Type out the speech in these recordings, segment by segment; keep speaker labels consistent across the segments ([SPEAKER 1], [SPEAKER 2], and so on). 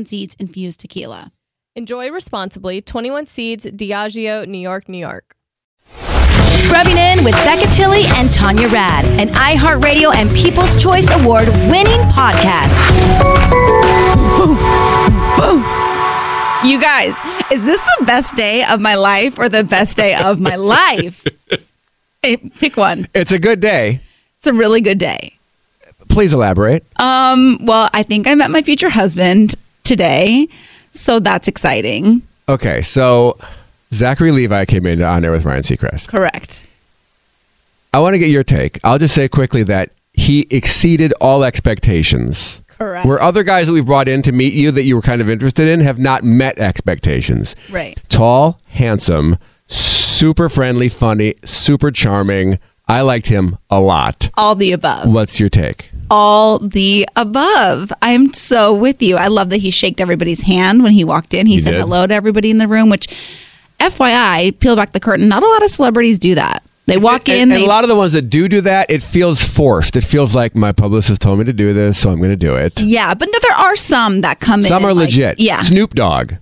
[SPEAKER 1] Seeds infused tequila.
[SPEAKER 2] Enjoy responsibly. 21 Seeds, Diageo, New York, New York.
[SPEAKER 3] Scrubbing In with Becca Tilly and Tanya Rad, an iHeartRadio and People's Choice Award winning podcast.
[SPEAKER 1] You guys, is this the best day of my life or the best day of my life? Hey, pick one.
[SPEAKER 4] It's a good day.
[SPEAKER 1] It's a really good day.
[SPEAKER 4] Please elaborate.
[SPEAKER 1] Um, well, I think I met my future husband today, so that's exciting.
[SPEAKER 4] Okay, so Zachary Levi came in on air with Ryan Seacrest.
[SPEAKER 1] Correct.
[SPEAKER 4] I want to get your take. I'll just say quickly that he exceeded all expectations.
[SPEAKER 1] Correct.
[SPEAKER 4] Where other guys that we've brought in to meet you that you were kind of interested in have not met expectations.
[SPEAKER 1] Right.
[SPEAKER 4] Tall, handsome, super friendly, funny, super charming. I liked him a lot.
[SPEAKER 1] All the above.
[SPEAKER 4] What's your take?
[SPEAKER 1] All the above. I'm so with you. I love that he shaked everybody's hand when he walked in. He,
[SPEAKER 4] He
[SPEAKER 1] said
[SPEAKER 4] did.
[SPEAKER 1] hello to everybody in the room, which, FYI, peel back the curtain. Not a lot of celebrities do that. They walk in,
[SPEAKER 4] And,
[SPEAKER 1] they
[SPEAKER 4] and a lot of the ones that do do that, it feels forced. It feels like my publicist told me to do this, so I'm going to do it.
[SPEAKER 1] Yeah, but no, there are some that come in.
[SPEAKER 4] Some are
[SPEAKER 1] and, like-
[SPEAKER 4] legit.
[SPEAKER 1] Yeah.
[SPEAKER 4] Snoop Dogg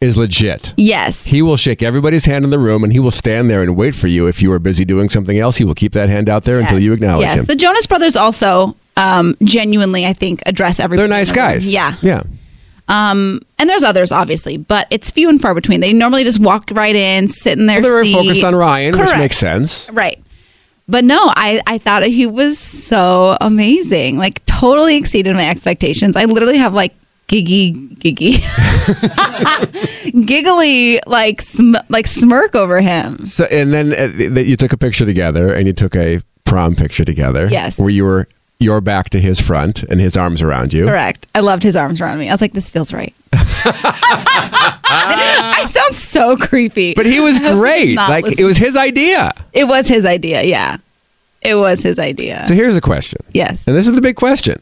[SPEAKER 4] is legit.
[SPEAKER 1] Yes.
[SPEAKER 4] He will shake everybody's hand in the room and he will stand there and wait for you. If you are busy doing something else, he will keep that hand out there until you acknowledge
[SPEAKER 1] yes.
[SPEAKER 4] him.
[SPEAKER 1] The Jonas Brothers also um, genuinely, I think, address everybody.
[SPEAKER 4] They're nice
[SPEAKER 1] in the room.
[SPEAKER 4] guys.
[SPEAKER 1] Yeah.
[SPEAKER 4] Yeah.
[SPEAKER 1] Um, and there's others, obviously, but it's few and far between. They normally just walk right in, sit in their
[SPEAKER 4] Well, they were
[SPEAKER 1] seat.
[SPEAKER 4] focused on Ryan,
[SPEAKER 1] Correct.
[SPEAKER 4] which makes sense.
[SPEAKER 1] Right. But no, I, I thought he was so amazing. Like, totally exceeded my expectations. I literally have like giggy, giggy, giggly, like, sm- like smirk over him.
[SPEAKER 4] So, and then uh, th- that you took a picture together and you took a prom picture together.
[SPEAKER 1] Yes.
[SPEAKER 4] Where you were your back to his front and his arms around you.
[SPEAKER 1] Correct. I loved his arms around me. I was like, this feels right. I sound so creepy.
[SPEAKER 4] But he was
[SPEAKER 1] I hope he's
[SPEAKER 4] great.
[SPEAKER 1] not
[SPEAKER 4] Like
[SPEAKER 1] listening.
[SPEAKER 4] it was his idea.
[SPEAKER 1] It was his idea. Yeah. It was his idea.
[SPEAKER 4] So here's the question.
[SPEAKER 1] yes.
[SPEAKER 4] And this is the big question.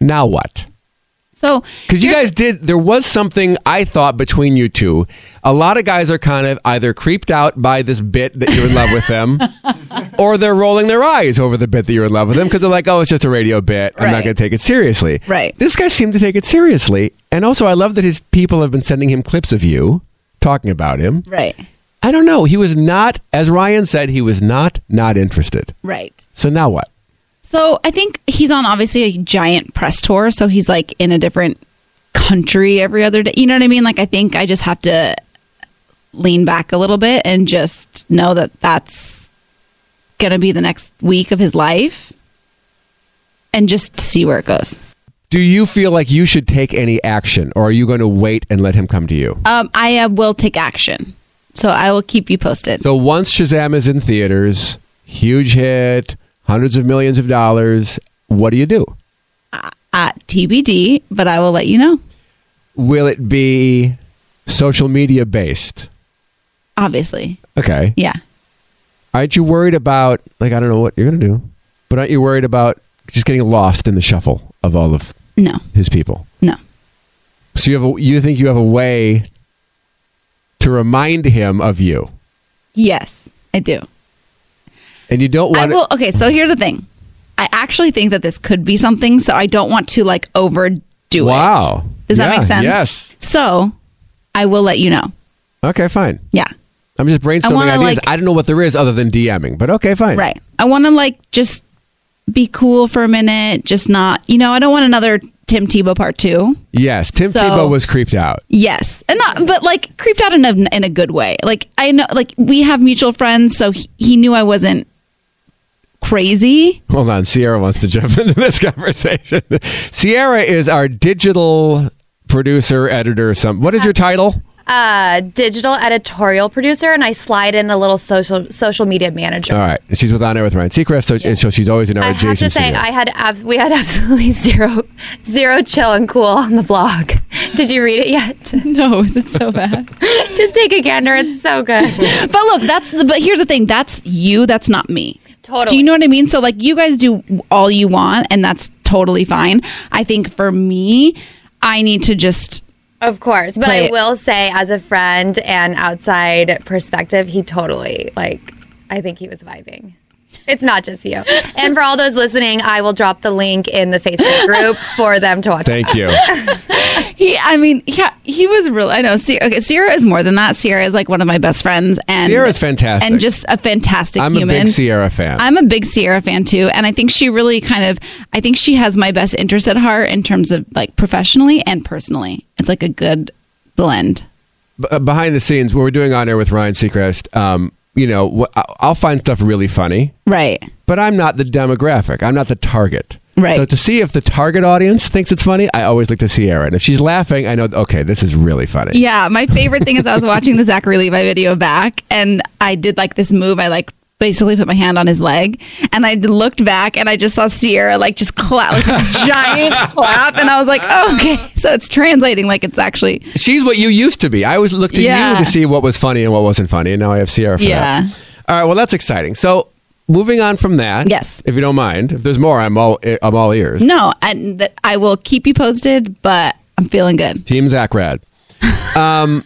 [SPEAKER 4] Now what?
[SPEAKER 1] So,
[SPEAKER 4] Because you
[SPEAKER 1] here's-
[SPEAKER 4] guys did, there was something I thought between you two. A lot of guys are kind of either creeped out by this bit that you're in love with them, or they're rolling their eyes over the bit that you're in love with them because they're like, oh, it's just a radio bit. I'm
[SPEAKER 1] Right.
[SPEAKER 4] not going to take it seriously.
[SPEAKER 1] Right.
[SPEAKER 4] This guy seemed to take it seriously. And also, I love that his people have been sending him clips of you talking about him.
[SPEAKER 1] Right.
[SPEAKER 4] I don't know. He was not, as Ryan said, he was not not interested.
[SPEAKER 1] Right.
[SPEAKER 4] So now what?
[SPEAKER 1] So I think he's on obviously a giant press tour, so he's like in a different country every other day. You know what I mean? Like I think I just have to lean back a little bit and just know that that's going to be the next week of his life and just see where it goes.
[SPEAKER 4] Do you feel like you should take any action, or are you going to wait and let him come to you?
[SPEAKER 1] Um I uh, will take action. So I will keep you posted.
[SPEAKER 4] So once Shazam is in theaters, huge hit, hundreds of millions of dollars, what do you do?
[SPEAKER 1] Uh, At TBD, but I will let you know.
[SPEAKER 4] Will it be social media based?
[SPEAKER 1] Obviously.
[SPEAKER 4] Okay.
[SPEAKER 1] Yeah.
[SPEAKER 4] Aren't you worried about, like, I don't know what you're going to do, but aren't you worried about just getting lost in the shuffle of all of
[SPEAKER 1] No.
[SPEAKER 4] his people?
[SPEAKER 1] No.
[SPEAKER 4] So you, have a, you think you have a way to remind him of you,
[SPEAKER 1] Yes, I do.
[SPEAKER 4] and you don't
[SPEAKER 1] I
[SPEAKER 4] want
[SPEAKER 1] will. Okay, so here's the thing. I actually think that this could be something, so I don't want to like overdo it.
[SPEAKER 4] Wow.
[SPEAKER 1] Does
[SPEAKER 4] Yeah,
[SPEAKER 1] that make sense?
[SPEAKER 4] yes.
[SPEAKER 1] So I will let you know.
[SPEAKER 4] to. Okay, fine.
[SPEAKER 1] Yeah.
[SPEAKER 4] I'm just brainstorming
[SPEAKER 1] I wanna,
[SPEAKER 4] ideas.
[SPEAKER 1] like-
[SPEAKER 4] I don't know what there is other than DMing, but okay, fine.
[SPEAKER 1] Right. I want to like just be cool for a minute, just not, you know, I don't want another Tim Tebow part two.
[SPEAKER 4] Yes, Tim
[SPEAKER 1] So-
[SPEAKER 4] Tebow was creeped out.
[SPEAKER 1] Yes, and not, but like creeped out in a in a good way. Like I know, like we have mutual friends, so he, he knew I wasn't crazy.
[SPEAKER 4] Hold on, Sierra wants to jump into this conversation. Sierra is our digital producer, editor, some. What is your
[SPEAKER 5] Uh-huh.
[SPEAKER 4] title?
[SPEAKER 5] uh, digital editorial producer, and I slide in a little social social media manager.
[SPEAKER 4] All right, she's with On Air with Ryan Seacrest, so, and so she's always in our
[SPEAKER 5] I have
[SPEAKER 4] adjacency.
[SPEAKER 5] to say, I had abs- we had absolutely zero zero chill and cool on the blog. Did you read it yet?
[SPEAKER 1] No, is it so bad?
[SPEAKER 5] Just take a gander; it's so good.
[SPEAKER 1] but look, that's the. But here's the thing: that's you. That's not me.
[SPEAKER 5] Totally.
[SPEAKER 1] Do you know what I mean? So like, you guys do all you want, and that's totally fine. I think for me, I need to just
[SPEAKER 5] Of course, but
[SPEAKER 1] Play
[SPEAKER 5] I
[SPEAKER 1] it.
[SPEAKER 5] will say, as a friend and outside perspective, he totally like. I think he was vibing. It's not just you. And for all those listening, I will drop the link in the Facebook group for them to watch.
[SPEAKER 4] Thank you.
[SPEAKER 1] He, I mean, yeah, he was real. I know. Sierra, okay, Sierra is more than that. Sierra is like one of my best friends, and
[SPEAKER 4] Sierra's fantastic.
[SPEAKER 1] and just a fantastic
[SPEAKER 4] I'm
[SPEAKER 1] human.
[SPEAKER 4] a big Sierra fan.
[SPEAKER 1] I'm a big Sierra fan too, and I think she really kind of, I think she has my best interest at heart in terms of like professionally and personally. It's like a good blend.
[SPEAKER 4] B- uh, behind the scenes, what we're doing On Air with Ryan Seacrest, um, you know, wh- I- I'll find stuff really funny.
[SPEAKER 1] Right.
[SPEAKER 4] but I'm not the demographic. I'm not the target.
[SPEAKER 1] Right.
[SPEAKER 4] So to see if the target audience thinks it's funny, I always look to Sierra. And if she's laughing, I know, okay, this is really funny.
[SPEAKER 1] Yeah, my favorite thing is I was watching the Zachary Levi video back, and I did like this move. I like basically put my hand on his leg, and I d- looked back, and I just saw Sierra like just clap, like this giant clap, and I was like, oh, okay, so it's translating like it's actually
[SPEAKER 4] She's what you used to be. I always looked to
[SPEAKER 1] Yeah.
[SPEAKER 4] you to see what was funny and what wasn't funny. And now I have Sierra for
[SPEAKER 1] Yeah.
[SPEAKER 4] that. All right. Well, that's exciting. So moving on from that.
[SPEAKER 1] Yes.
[SPEAKER 4] If you don't mind, if there's more, I'm all, eh, I'm all ears.
[SPEAKER 1] no, and th- I will keep you posted, but I'm feeling good.
[SPEAKER 4] Team Zach Rad. Um,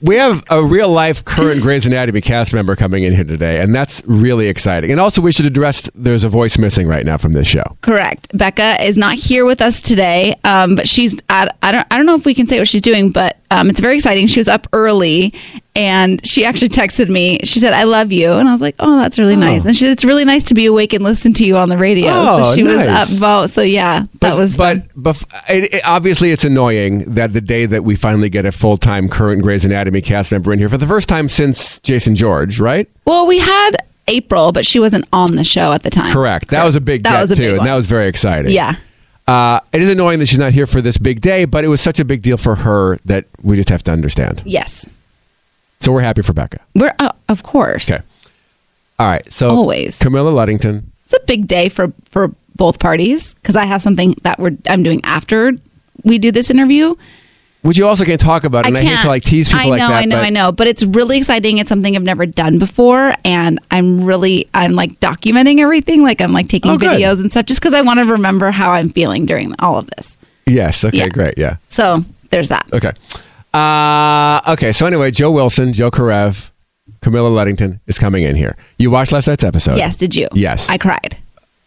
[SPEAKER 4] we have a real life current Grey's Anatomy cast member coming in here today, and that's really exciting. And also, we should address there's a voice missing right now from this show.
[SPEAKER 1] Correct. Becca is not here with us today, um, but she's I, I don't I don't know if we can say what she's doing, but um, it's very exciting. She was up early, and she actually texted me. She said, "I love you," and I was like, "Oh, that's really nice." And she said, "It's really nice to be awake and listen to you on the radio."
[SPEAKER 4] Oh,
[SPEAKER 1] so she
[SPEAKER 4] nice.
[SPEAKER 1] was up vote. So yeah, that was
[SPEAKER 4] but
[SPEAKER 1] fun.
[SPEAKER 4] bef- it, it- obviously it's annoying that the day that we finally get a full time current Grey's Anatomy cast member in here for the first time since Jason George, right?
[SPEAKER 1] well, we had April, but she wasn't on the show at the time.
[SPEAKER 4] Correct. That was a big
[SPEAKER 1] That
[SPEAKER 4] get
[SPEAKER 1] was a
[SPEAKER 4] too,
[SPEAKER 1] big
[SPEAKER 4] and
[SPEAKER 1] one.
[SPEAKER 4] that was very exciting.
[SPEAKER 1] Yeah.
[SPEAKER 4] Uh, it is annoying that she's not here for this big day, but it was such a big deal for her that we just have to understand.
[SPEAKER 1] Yes.
[SPEAKER 4] So we're happy for Becca.
[SPEAKER 1] We're uh, of course.
[SPEAKER 4] Okay. All right. So
[SPEAKER 1] Always.
[SPEAKER 4] Camilla Luddington.
[SPEAKER 1] it's a big day for for both parties because I have something that we're I'm doing after we do this interview.
[SPEAKER 4] Which you also can talk about, and I, hate to like tease people
[SPEAKER 1] I know,
[SPEAKER 4] like that.
[SPEAKER 1] I know,
[SPEAKER 4] but
[SPEAKER 1] I know. But it's really exciting. It's something I've never done before, and I'm really I'm like documenting everything. Like I'm like taking
[SPEAKER 4] Oh, good.
[SPEAKER 1] videos and stuff just because I want to remember how I'm feeling during all of this.
[SPEAKER 4] Yes. Okay.
[SPEAKER 1] Yeah.
[SPEAKER 4] Great. Yeah.
[SPEAKER 1] So there's that.
[SPEAKER 4] Okay. Uh, okay. So anyway, Joe Wilson, Joe Karev, Camilla Luddington is coming in here. You watched last night's episode.
[SPEAKER 1] Yes, did you?
[SPEAKER 4] Yes.
[SPEAKER 1] I cried.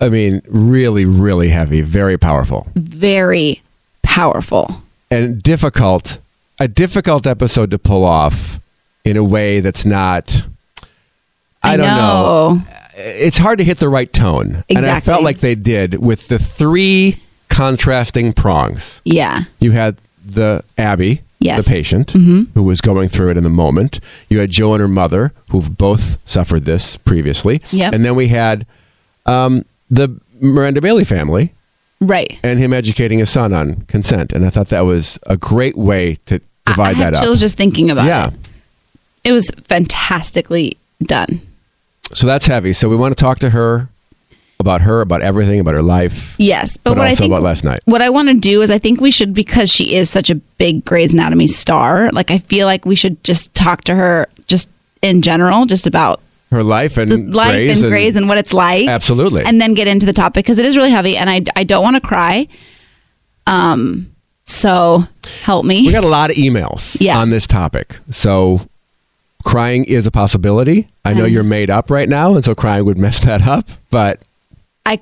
[SPEAKER 4] I mean, really, really heavy, very powerful,
[SPEAKER 1] Very powerful.
[SPEAKER 4] and difficult a difficult episode to pull off in a way that's not. I, don't know. It's hard to hit the right tone, and I felt
[SPEAKER 1] Exactly.
[SPEAKER 4] like they did with the three contrasting prongs.
[SPEAKER 1] Yeah.
[SPEAKER 4] You had the Abby,
[SPEAKER 1] Yes. Mm-hmm.
[SPEAKER 4] the patient, who was going through it in the moment. You had Joe and her mother, who've both suffered this previously.
[SPEAKER 1] Yep.
[SPEAKER 4] And then we had um, the Miranda Bailey family
[SPEAKER 1] Right.
[SPEAKER 4] and him educating his son on consent. And I thought that was a great way to
[SPEAKER 1] I
[SPEAKER 4] divide
[SPEAKER 1] had
[SPEAKER 4] that up.
[SPEAKER 1] chills just thinking about
[SPEAKER 4] yeah.
[SPEAKER 1] it. It was fantastically done.
[SPEAKER 4] So that's heavy. So we want to talk to her about her, about everything, about her life.
[SPEAKER 1] Yes, but,
[SPEAKER 4] But
[SPEAKER 1] what I
[SPEAKER 4] also
[SPEAKER 1] think
[SPEAKER 4] about last night.
[SPEAKER 1] What I want to do is I think we should because she is such a big Grey's Anatomy star. Like I feel like we should just talk to her just in general, just about
[SPEAKER 4] Her life and
[SPEAKER 1] the life
[SPEAKER 4] Mm, Grey's
[SPEAKER 1] and Grey's and what it's like.
[SPEAKER 4] Absolutely.
[SPEAKER 1] and then get into the topic because it is really heavy, and I I don't want to cry. Um, so help me.
[SPEAKER 4] We got a lot of emails
[SPEAKER 1] Yeah.
[SPEAKER 4] on this topic. So crying is a possibility. I know you're made up right now, and so crying would mess that up. But
[SPEAKER 1] I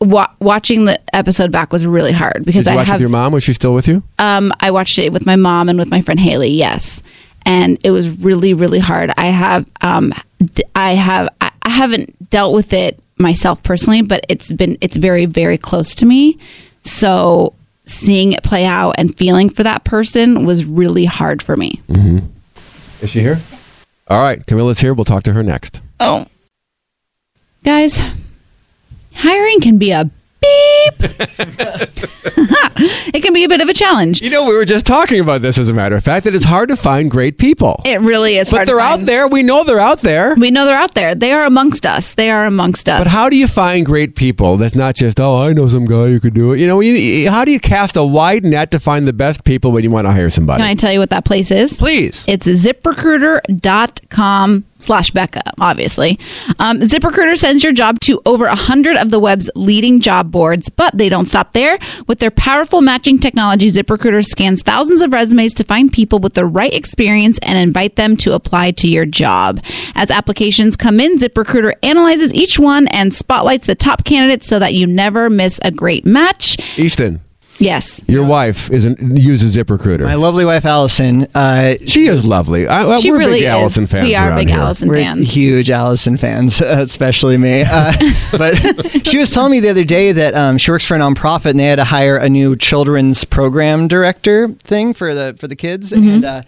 [SPEAKER 1] wa- watching the episode back was really hard because
[SPEAKER 4] did you
[SPEAKER 1] I
[SPEAKER 4] watch
[SPEAKER 1] have
[SPEAKER 4] with your mom? Was she still with you?
[SPEAKER 1] Um, I watched it with my mom and with my friend Haley. Yes, and it was really, really hard. I have, um, d- I have, I I haven't dealt with it myself personally, but it's been, it's very, very close to me. So seeing it play out and feeling for that person was really hard for me.
[SPEAKER 4] Is she here? All right, Camilla's here. We'll talk to her next.
[SPEAKER 1] Oh, guys, hiring can be a beep. it can be a bit of a challenge.
[SPEAKER 4] You know, we were just talking about this, as a matter of fact, that it's hard to find great people.
[SPEAKER 1] It really is,
[SPEAKER 4] but
[SPEAKER 1] hard to
[SPEAKER 4] they're out
[SPEAKER 1] find.
[SPEAKER 4] there. We know they're out there.
[SPEAKER 1] We know they're out there. They are amongst us. They are amongst us.
[SPEAKER 4] But how do you find great people? That's not just oh, I know some guy who could do it. You know, you- you, how do you cast a wide net to find the best people when you want to hire somebody?
[SPEAKER 1] Can I tell you what that place is?
[SPEAKER 4] Please.
[SPEAKER 1] It's ziprecruiter.com slash Becca, obviously. Um, ZipRecruiter sends your job to over 100 of the web's leading job boards, but they don't stop there. With their powerful matching technology, ZipRecruiter scans thousands of resumes to find people with the right experience and invite them to apply to your job. As applications come in, ZipRecruiter analyzes each one and spotlights the top candidates so that you never miss a great match.
[SPEAKER 4] Easton,
[SPEAKER 1] Yes.
[SPEAKER 4] your wife is an, uses ZipRecruiter.
[SPEAKER 6] My lovely wife Allison, uh,
[SPEAKER 4] she is lovely. I, I-
[SPEAKER 1] She
[SPEAKER 4] we're
[SPEAKER 1] really
[SPEAKER 4] big
[SPEAKER 1] is.
[SPEAKER 4] Allison fans
[SPEAKER 1] we are
[SPEAKER 4] around
[SPEAKER 1] big
[SPEAKER 4] here.
[SPEAKER 1] Allison
[SPEAKER 6] we're
[SPEAKER 1] fans.
[SPEAKER 6] huge Allison fans, especially me. Uh, but she was telling me the other day that um, she works for a nonprofit and they had to hire a new children's program director thing for the for the kids and. Uh,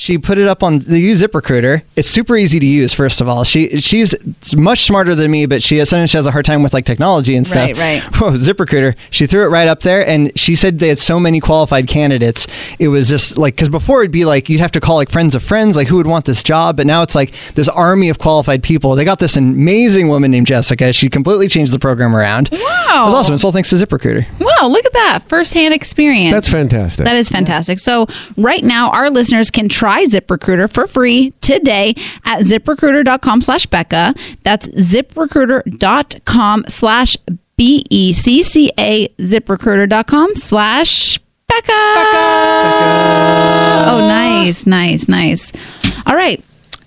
[SPEAKER 6] she put it up on the use ZipRecruiter. It's super easy to use. First of all, she she's much smarter than me, but she sometimes she has a hard time with like technology and stuff.
[SPEAKER 1] Right, right.
[SPEAKER 6] Whoa, ZipRecruiter. She threw it right up there, and she said they had so many qualified candidates. It was just like because before it'd be like you'd have to call like friends of friends, like who would want this job, but now it's like this army of qualified people. They got this amazing woman named Jessica. She completely changed the program around.
[SPEAKER 1] Wow.
[SPEAKER 6] it was awesome. It's all thanks to ZipRecruiter.
[SPEAKER 1] Wow, look at that. Firsthand experience.
[SPEAKER 4] That's fantastic.
[SPEAKER 1] That is fantastic. So, right now, our listeners can try ZipRecruiter for free today at ziprecruiter.com slash Becca. That's ziprecruiter.com slash B E C C A, ziprecruiter.com slash Becca. Oh, nice, nice, nice. All right.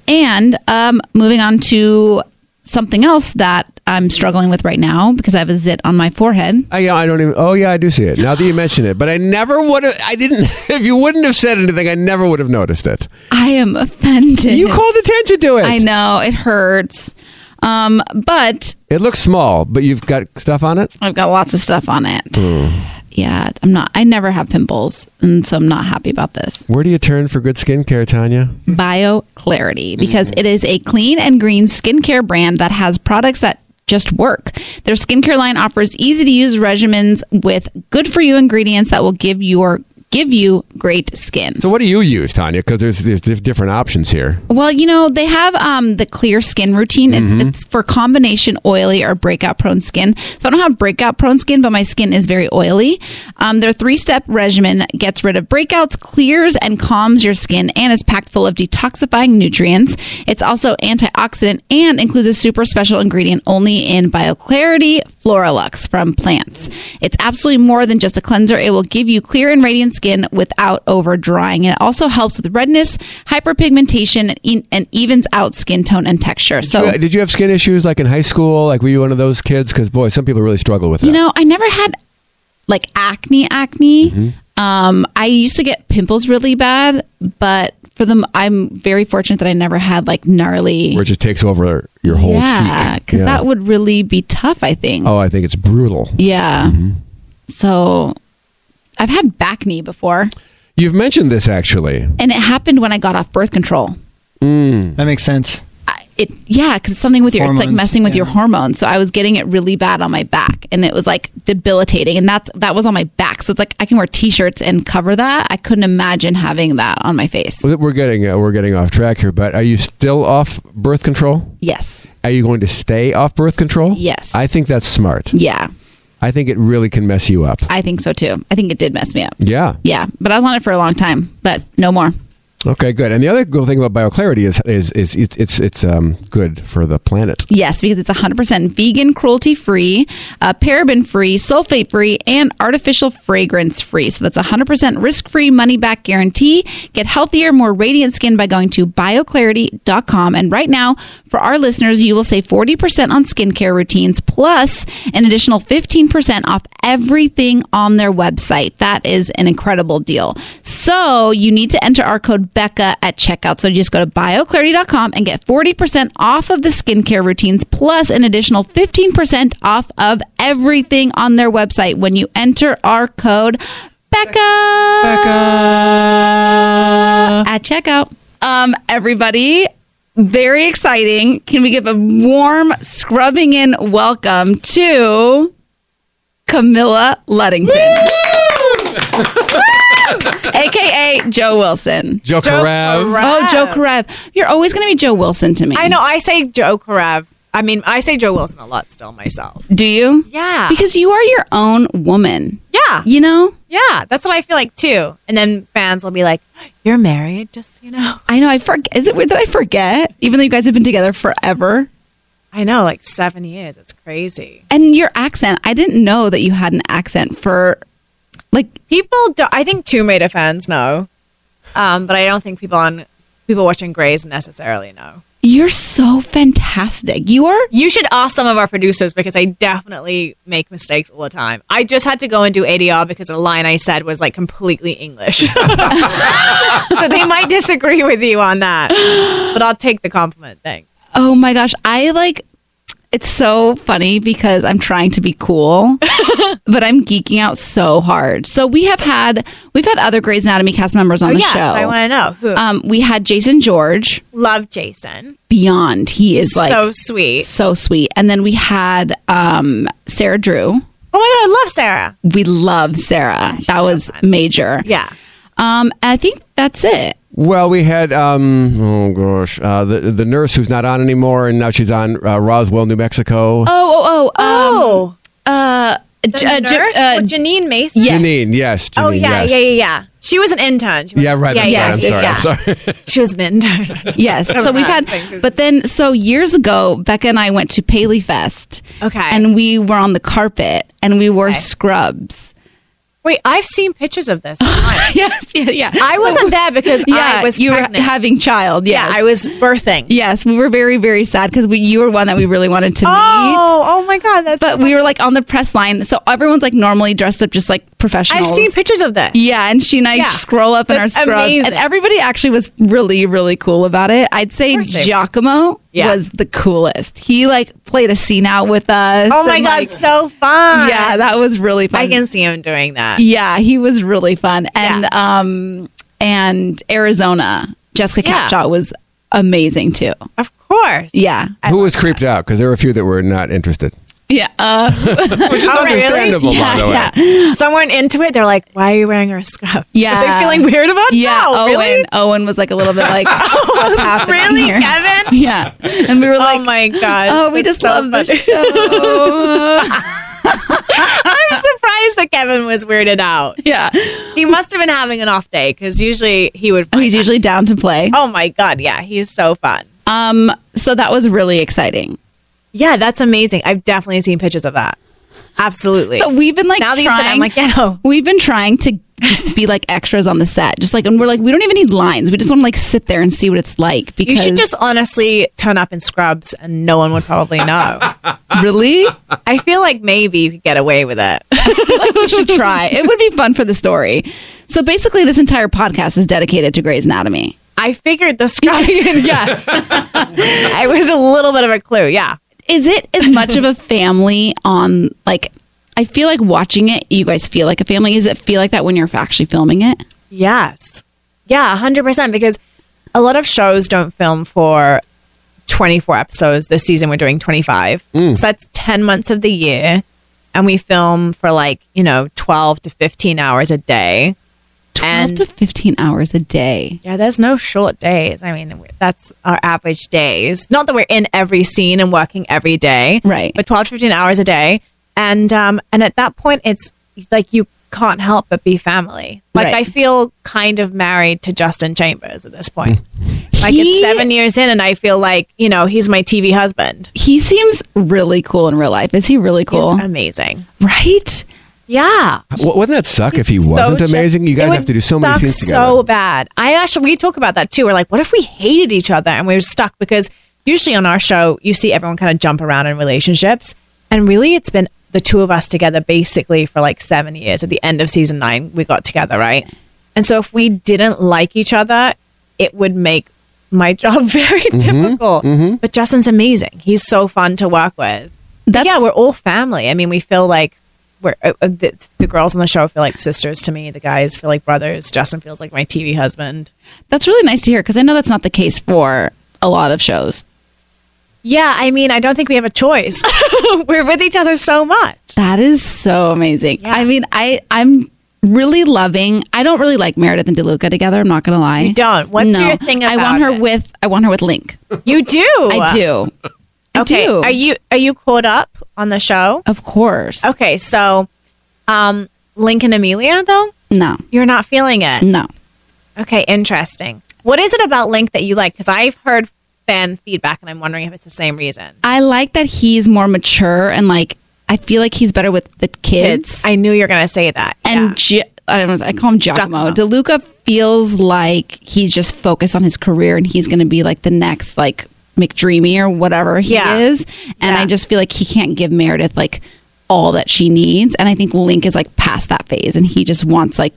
[SPEAKER 1] And um, moving on to something else that I'm struggling with right now because I have a zit on my forehead.
[SPEAKER 4] I, yeah, I don't even. Oh yeah, I do see it now that you mention it. But I never would have. I didn't. If you wouldn't have said anything, I never would have noticed it.
[SPEAKER 1] I am offended.
[SPEAKER 4] You called attention to it.
[SPEAKER 1] I know it hurts. Um, but
[SPEAKER 4] It looks small, but you've got stuff on it.
[SPEAKER 1] I've got lots of stuff on it. Yeah, I'm not. I never have pimples, and so I'm not happy about this.
[SPEAKER 4] Where do you turn for good skincare, Tanya?
[SPEAKER 1] Bio Clarity because it is a clean and green skincare brand that has products that just work. Their skincare line offers easy to use regimens with good for you ingredients that will give your give you great skin.
[SPEAKER 4] So what do you use, Tanya? Because there's there's dif- different options here.
[SPEAKER 1] Well, you know, they have um, the clear skin routine. It's, it's for combination oily or breakout prone skin. So I don't have breakout prone skin, but my skin is very oily. Um, their three step regimen gets rid of breakouts, clears, and calms your skin, and is packed full of detoxifying nutrients. It's also antioxidant and includes a super special ingredient only in BioClarity Floralux from plants. It's absolutely more than just a cleanser. It will give you clear and radiant skin without over drying. It also helps with redness, hyperpigmentation, and, e- and evens out skin tone and texture. So,
[SPEAKER 4] Did you have skin issues like in high school? Like were you one of those kids? Because boy, some people really struggle with that.
[SPEAKER 1] you know, I never had like acne, acne.
[SPEAKER 4] Mm-hmm.
[SPEAKER 1] Um, I used to get pimples really bad, but for them, I'm very fortunate that I never had like gnarly.
[SPEAKER 4] Where it just takes over your whole
[SPEAKER 1] yeah,
[SPEAKER 4] cheek.
[SPEAKER 1] because that would really be tough. I think.
[SPEAKER 4] Oh, I think it's brutal.
[SPEAKER 1] Yeah. So, I've had back knee before,
[SPEAKER 4] You've mentioned this actually.
[SPEAKER 1] and it happened when I got off birth control.
[SPEAKER 6] That makes sense.
[SPEAKER 1] I- it yeah because something with your it's like
[SPEAKER 6] Hormones,
[SPEAKER 1] messing with
[SPEAKER 6] yeah.
[SPEAKER 1] your hormones so i was getting it really bad on my back and it was like debilitating and that's that was on my back so it's like i can wear t-shirts and cover that i couldn't imagine having that on my face
[SPEAKER 4] We're getting uh, we're getting off track here, but are you still off birth control?
[SPEAKER 1] yes
[SPEAKER 4] Are you going to stay off birth control?
[SPEAKER 1] Yes.
[SPEAKER 4] I think that's smart.
[SPEAKER 1] yeah
[SPEAKER 4] I think it really can mess you up.
[SPEAKER 1] i think so too i think it did mess me up
[SPEAKER 4] Yeah.
[SPEAKER 1] yeah but i was on it for a long time but no more
[SPEAKER 4] Okay, good. And the other cool thing about BioClarity is is, is it's it's it's um good for the planet.
[SPEAKER 1] Yes, because it's 100% vegan, cruelty free, uh, paraben free, sulfate free, and artificial fragrance free. So that's 100% risk free money back guarantee. Get healthier, more radiant skin by going to bioclarity.com. And right now, for our listeners, you will save 40% on skincare routines plus an additional 15% off everything on their website. That is an incredible deal. So you need to enter our code BECCA at checkout. So just go to bioclarity.com and get 40% off of the skincare routines plus an additional 15% off of everything on their website when you enter our code BECCA, at checkout. Um, everybody, very exciting. Can we give a warm, scrubbing in welcome to Camilla Luddington? AKA Joe Wilson.
[SPEAKER 4] Joe Karev.
[SPEAKER 1] Oh, Joe Karev. You're always going to be Joe Wilson to me.
[SPEAKER 7] I know. I say Joe Karev. I mean, I say Joe Wilson a lot still myself.
[SPEAKER 1] Do you?
[SPEAKER 7] Yeah.
[SPEAKER 1] Because you are your own woman.
[SPEAKER 7] Yeah.
[SPEAKER 1] You know?
[SPEAKER 7] Yeah. That's what I feel like too. And then fans will be like, you're married, just, you know.
[SPEAKER 1] I know. I forget. Is it weird that I forget? Even though you guys have been together forever.
[SPEAKER 7] I know, like seven years. It's crazy.
[SPEAKER 1] And your accent. I didn't know that you had an accent for, like,
[SPEAKER 7] People, do, I think Tomb Raider fans know, um, but I don't think people on people watching Grays necessarily know.
[SPEAKER 1] you're so fantastic. You are
[SPEAKER 7] You should ask some of our producers because I definitely make mistakes all the time. I just had to go and do ADR because a line I said was like completely English. so they might disagree with you on that, but I'll take the compliment. Thanks.
[SPEAKER 1] Oh my gosh. I like it's so funny because I'm trying to be cool, but I'm geeking out so hard. So we have had we've had other Grey's Anatomy cast members on the
[SPEAKER 7] Oh, yeah,
[SPEAKER 1] show.
[SPEAKER 7] so I want to know who.
[SPEAKER 1] um we had Jason George
[SPEAKER 7] Love Jason.
[SPEAKER 1] beyond. He is like
[SPEAKER 7] so
[SPEAKER 1] so,
[SPEAKER 7] sweet.
[SPEAKER 1] sweet. And then we had um Sarah Drew.
[SPEAKER 7] Oh my god, I love Sarah.
[SPEAKER 1] We love Sarah. that was major.
[SPEAKER 7] Yeah.
[SPEAKER 1] Um I think that's it.
[SPEAKER 4] Well, we had um oh gosh uh, the the nurse who's not on anymore, and now she's on uh, Roswell, New Mexico.
[SPEAKER 1] Oh, oh, oh. Um,
[SPEAKER 7] Oh,
[SPEAKER 1] uh,
[SPEAKER 7] the
[SPEAKER 1] J- uh, J-
[SPEAKER 7] nurse?
[SPEAKER 1] uh,
[SPEAKER 7] Oh, Janine Mason.
[SPEAKER 1] yes.
[SPEAKER 4] Janine, yes. Janine,
[SPEAKER 7] Oh yeah,
[SPEAKER 4] yes.
[SPEAKER 7] yeah, yeah, yeah. She was an intern. She was-
[SPEAKER 4] Yeah, right.
[SPEAKER 7] yeah,
[SPEAKER 4] I'm
[SPEAKER 7] yeah,
[SPEAKER 4] sorry.
[SPEAKER 7] yeah.
[SPEAKER 4] I'm sorry. I'm sorry.
[SPEAKER 7] She was an intern.
[SPEAKER 1] Yes. So we've had, but then, so years ago, Becca and I went to Paley Fest.
[SPEAKER 7] Okay.
[SPEAKER 1] And we were on the carpet and we wore scrubs.
[SPEAKER 7] Wait, I've seen pictures of this. online.
[SPEAKER 1] Yes. Yeah. Yeah.
[SPEAKER 7] I wasn't there because
[SPEAKER 1] yeah.
[SPEAKER 7] I was
[SPEAKER 1] you
[SPEAKER 7] pregnant.
[SPEAKER 1] were having child. Yes.
[SPEAKER 7] yeah, I was birthing.
[SPEAKER 1] Yes. We were very, very sad because we, you were one that we really wanted to
[SPEAKER 7] Oh,
[SPEAKER 1] meet.
[SPEAKER 7] oh my god, that's.
[SPEAKER 1] But we were like on the press line. So everyone's like normally dressed up just like
[SPEAKER 7] I've
[SPEAKER 1] professionals.
[SPEAKER 7] seen pictures of this.
[SPEAKER 1] Yeah, and she and I
[SPEAKER 7] Yeah.
[SPEAKER 1] scroll up in
[SPEAKER 7] That's
[SPEAKER 1] our scrubs,
[SPEAKER 7] amazing.
[SPEAKER 1] and everybody actually was really, really cool about it. I'd say
[SPEAKER 7] course they-
[SPEAKER 1] Giacomo
[SPEAKER 7] Yeah.
[SPEAKER 1] was the coolest. He like played a scene out with us.
[SPEAKER 7] Oh my
[SPEAKER 1] and,
[SPEAKER 7] god,
[SPEAKER 1] like,
[SPEAKER 7] so fun.
[SPEAKER 1] yeah, that was really fun.
[SPEAKER 7] I can see him doing that.
[SPEAKER 1] yeah, he was really fun, and um, and Arizona, Jessica
[SPEAKER 7] Yeah.
[SPEAKER 1] Capshaw was amazing too.
[SPEAKER 7] Of course.
[SPEAKER 1] Yeah,
[SPEAKER 4] Who was creeped out? Because there were a few that were not interested,
[SPEAKER 1] yeah, uh,
[SPEAKER 4] which is
[SPEAKER 7] Oh, really?
[SPEAKER 4] understandable, by the way.
[SPEAKER 1] yeah,
[SPEAKER 7] Someone into it, they're like, "Why are you wearing a scrub?"
[SPEAKER 1] Yeah.
[SPEAKER 7] Are they feeling weird about it?
[SPEAKER 1] yeah.
[SPEAKER 7] No,
[SPEAKER 1] Owen,
[SPEAKER 7] really?
[SPEAKER 1] Owen was like a little bit like, what's happening
[SPEAKER 7] Really,
[SPEAKER 1] here?
[SPEAKER 7] Kevin?
[SPEAKER 1] Yeah, and we were like,
[SPEAKER 7] oh my god.
[SPEAKER 1] Oh, we
[SPEAKER 7] That's
[SPEAKER 1] just
[SPEAKER 7] so
[SPEAKER 1] love the
[SPEAKER 7] funny.
[SPEAKER 1] show.
[SPEAKER 7] I'm surprised that Kevin was weirded out.
[SPEAKER 1] yeah.
[SPEAKER 7] He must have been having an off day because usually he would.
[SPEAKER 1] Oh,
[SPEAKER 7] find
[SPEAKER 1] he's
[SPEAKER 7] that.
[SPEAKER 1] usually down to play.
[SPEAKER 7] Oh my god, yeah, he's so fun.
[SPEAKER 1] Um, so that was really exciting.
[SPEAKER 7] Yeah, that's amazing. I've definitely seen pictures of that. Absolutely.
[SPEAKER 1] So we've been like
[SPEAKER 7] now that
[SPEAKER 1] trying,
[SPEAKER 7] you said, it, I'm like, yeah, no.
[SPEAKER 1] we've been trying to be like extras on the set. Just like, and we're like, we don't even need lines. We just want to like sit there and see what it's like.
[SPEAKER 2] You
[SPEAKER 1] Because
[SPEAKER 2] should just honestly turn up in scrubs and no one would probably know.
[SPEAKER 1] really
[SPEAKER 2] I feel like maybe you could get away with it.
[SPEAKER 1] like we should try. It would be fun for the story. So basically, this entire podcast is dedicated to Grey's Anatomy.
[SPEAKER 2] I figured the scrubbing in, yes. I was a little bit of a clue, yeah.
[SPEAKER 1] Is it as much of a family on like? I feel like watching it. You guys feel like a family. Does it feel like that when you're actually filming it?
[SPEAKER 2] Yes. Yeah, 100%. Because a lot of shows don't film for 24 episodes. This season, we're doing 25. So that's 10 months of the year. And we film for like, you know, 12 to 15 hours a day.
[SPEAKER 1] Twelve
[SPEAKER 2] And-
[SPEAKER 1] to fifteen hours a day.
[SPEAKER 2] Yeah, there's no short days. I mean, that's our average days. Not that we're in every scene and working every day,
[SPEAKER 1] Right.
[SPEAKER 2] But 12 to 15 hours a day, and um, and at that point, it's like you can't help but be family. Like
[SPEAKER 1] Right.
[SPEAKER 2] I feel kind of married to Justin Chambers at this point. like
[SPEAKER 1] Hmm. He-
[SPEAKER 2] it's seven years in, and I feel like you know he's my TV husband.
[SPEAKER 1] He seems really cool in real life. Is he really cool?
[SPEAKER 2] He's amazing.
[SPEAKER 1] right?
[SPEAKER 2] Yeah.
[SPEAKER 4] W- wouldn't that suck if he wasn't
[SPEAKER 2] so
[SPEAKER 4] amazing?
[SPEAKER 2] chill.
[SPEAKER 4] You guys
[SPEAKER 2] It would
[SPEAKER 4] have to do so many
[SPEAKER 2] suck
[SPEAKER 4] things together.
[SPEAKER 2] So bad. I actually we talk about that too. We're like, what if we hated each other and we were stuck? Because usually on our show, you see everyone kind of jump around in relationships, and really, it's been the two of us together basically for like seven years. At the end of season nine, we got together, right? And so if we didn't like each other, it would make my job very
[SPEAKER 4] Mm-hmm,
[SPEAKER 2] difficult. But Justin's amazing. He's so fun to work with. But
[SPEAKER 1] That's-
[SPEAKER 2] yeah, we're all family. I mean, we feel like we're uh, uh, the, the girls on the show feel like sisters to me. The guys feel like brothers. Justin feels like my TV husband.
[SPEAKER 1] That's really nice to hear because I know that's not the case for a lot of shows.
[SPEAKER 2] Yeah, I mean, I don't think we have a choice. we're with each other so much.
[SPEAKER 1] That is so amazing. I mean, I I'm really loving. I don't really like Meredith and Deluca together. I'm not gonna lie. You
[SPEAKER 2] don't? What's your thing
[SPEAKER 1] I
[SPEAKER 2] about
[SPEAKER 1] want her
[SPEAKER 2] it?
[SPEAKER 1] with. I want her with Link.
[SPEAKER 2] You do.
[SPEAKER 1] I do. I
[SPEAKER 2] Okay.
[SPEAKER 1] do.
[SPEAKER 2] Are you are you caught up on the show?
[SPEAKER 1] Of course.
[SPEAKER 2] Okay, so um Link and Amelia though,
[SPEAKER 1] No.
[SPEAKER 2] you're not feeling it.
[SPEAKER 1] No.
[SPEAKER 2] Okay, interesting. What is it about Link that you like? Because I've heard fan feedback, and I'm wondering if it's the same reason.
[SPEAKER 1] I like that he's more mature and like I feel like he's better with the kids.
[SPEAKER 2] I knew you were gonna say that.
[SPEAKER 1] and Gi- I, was, I call him Giacomo. DeLuca feels like he's just focused on his career and he's going to be like the next like McDreamy or whatever he
[SPEAKER 2] Yeah.
[SPEAKER 1] is. And I just feel like he can't give Meredith like all that she needs. And I think Link is like past that phase and he just wants like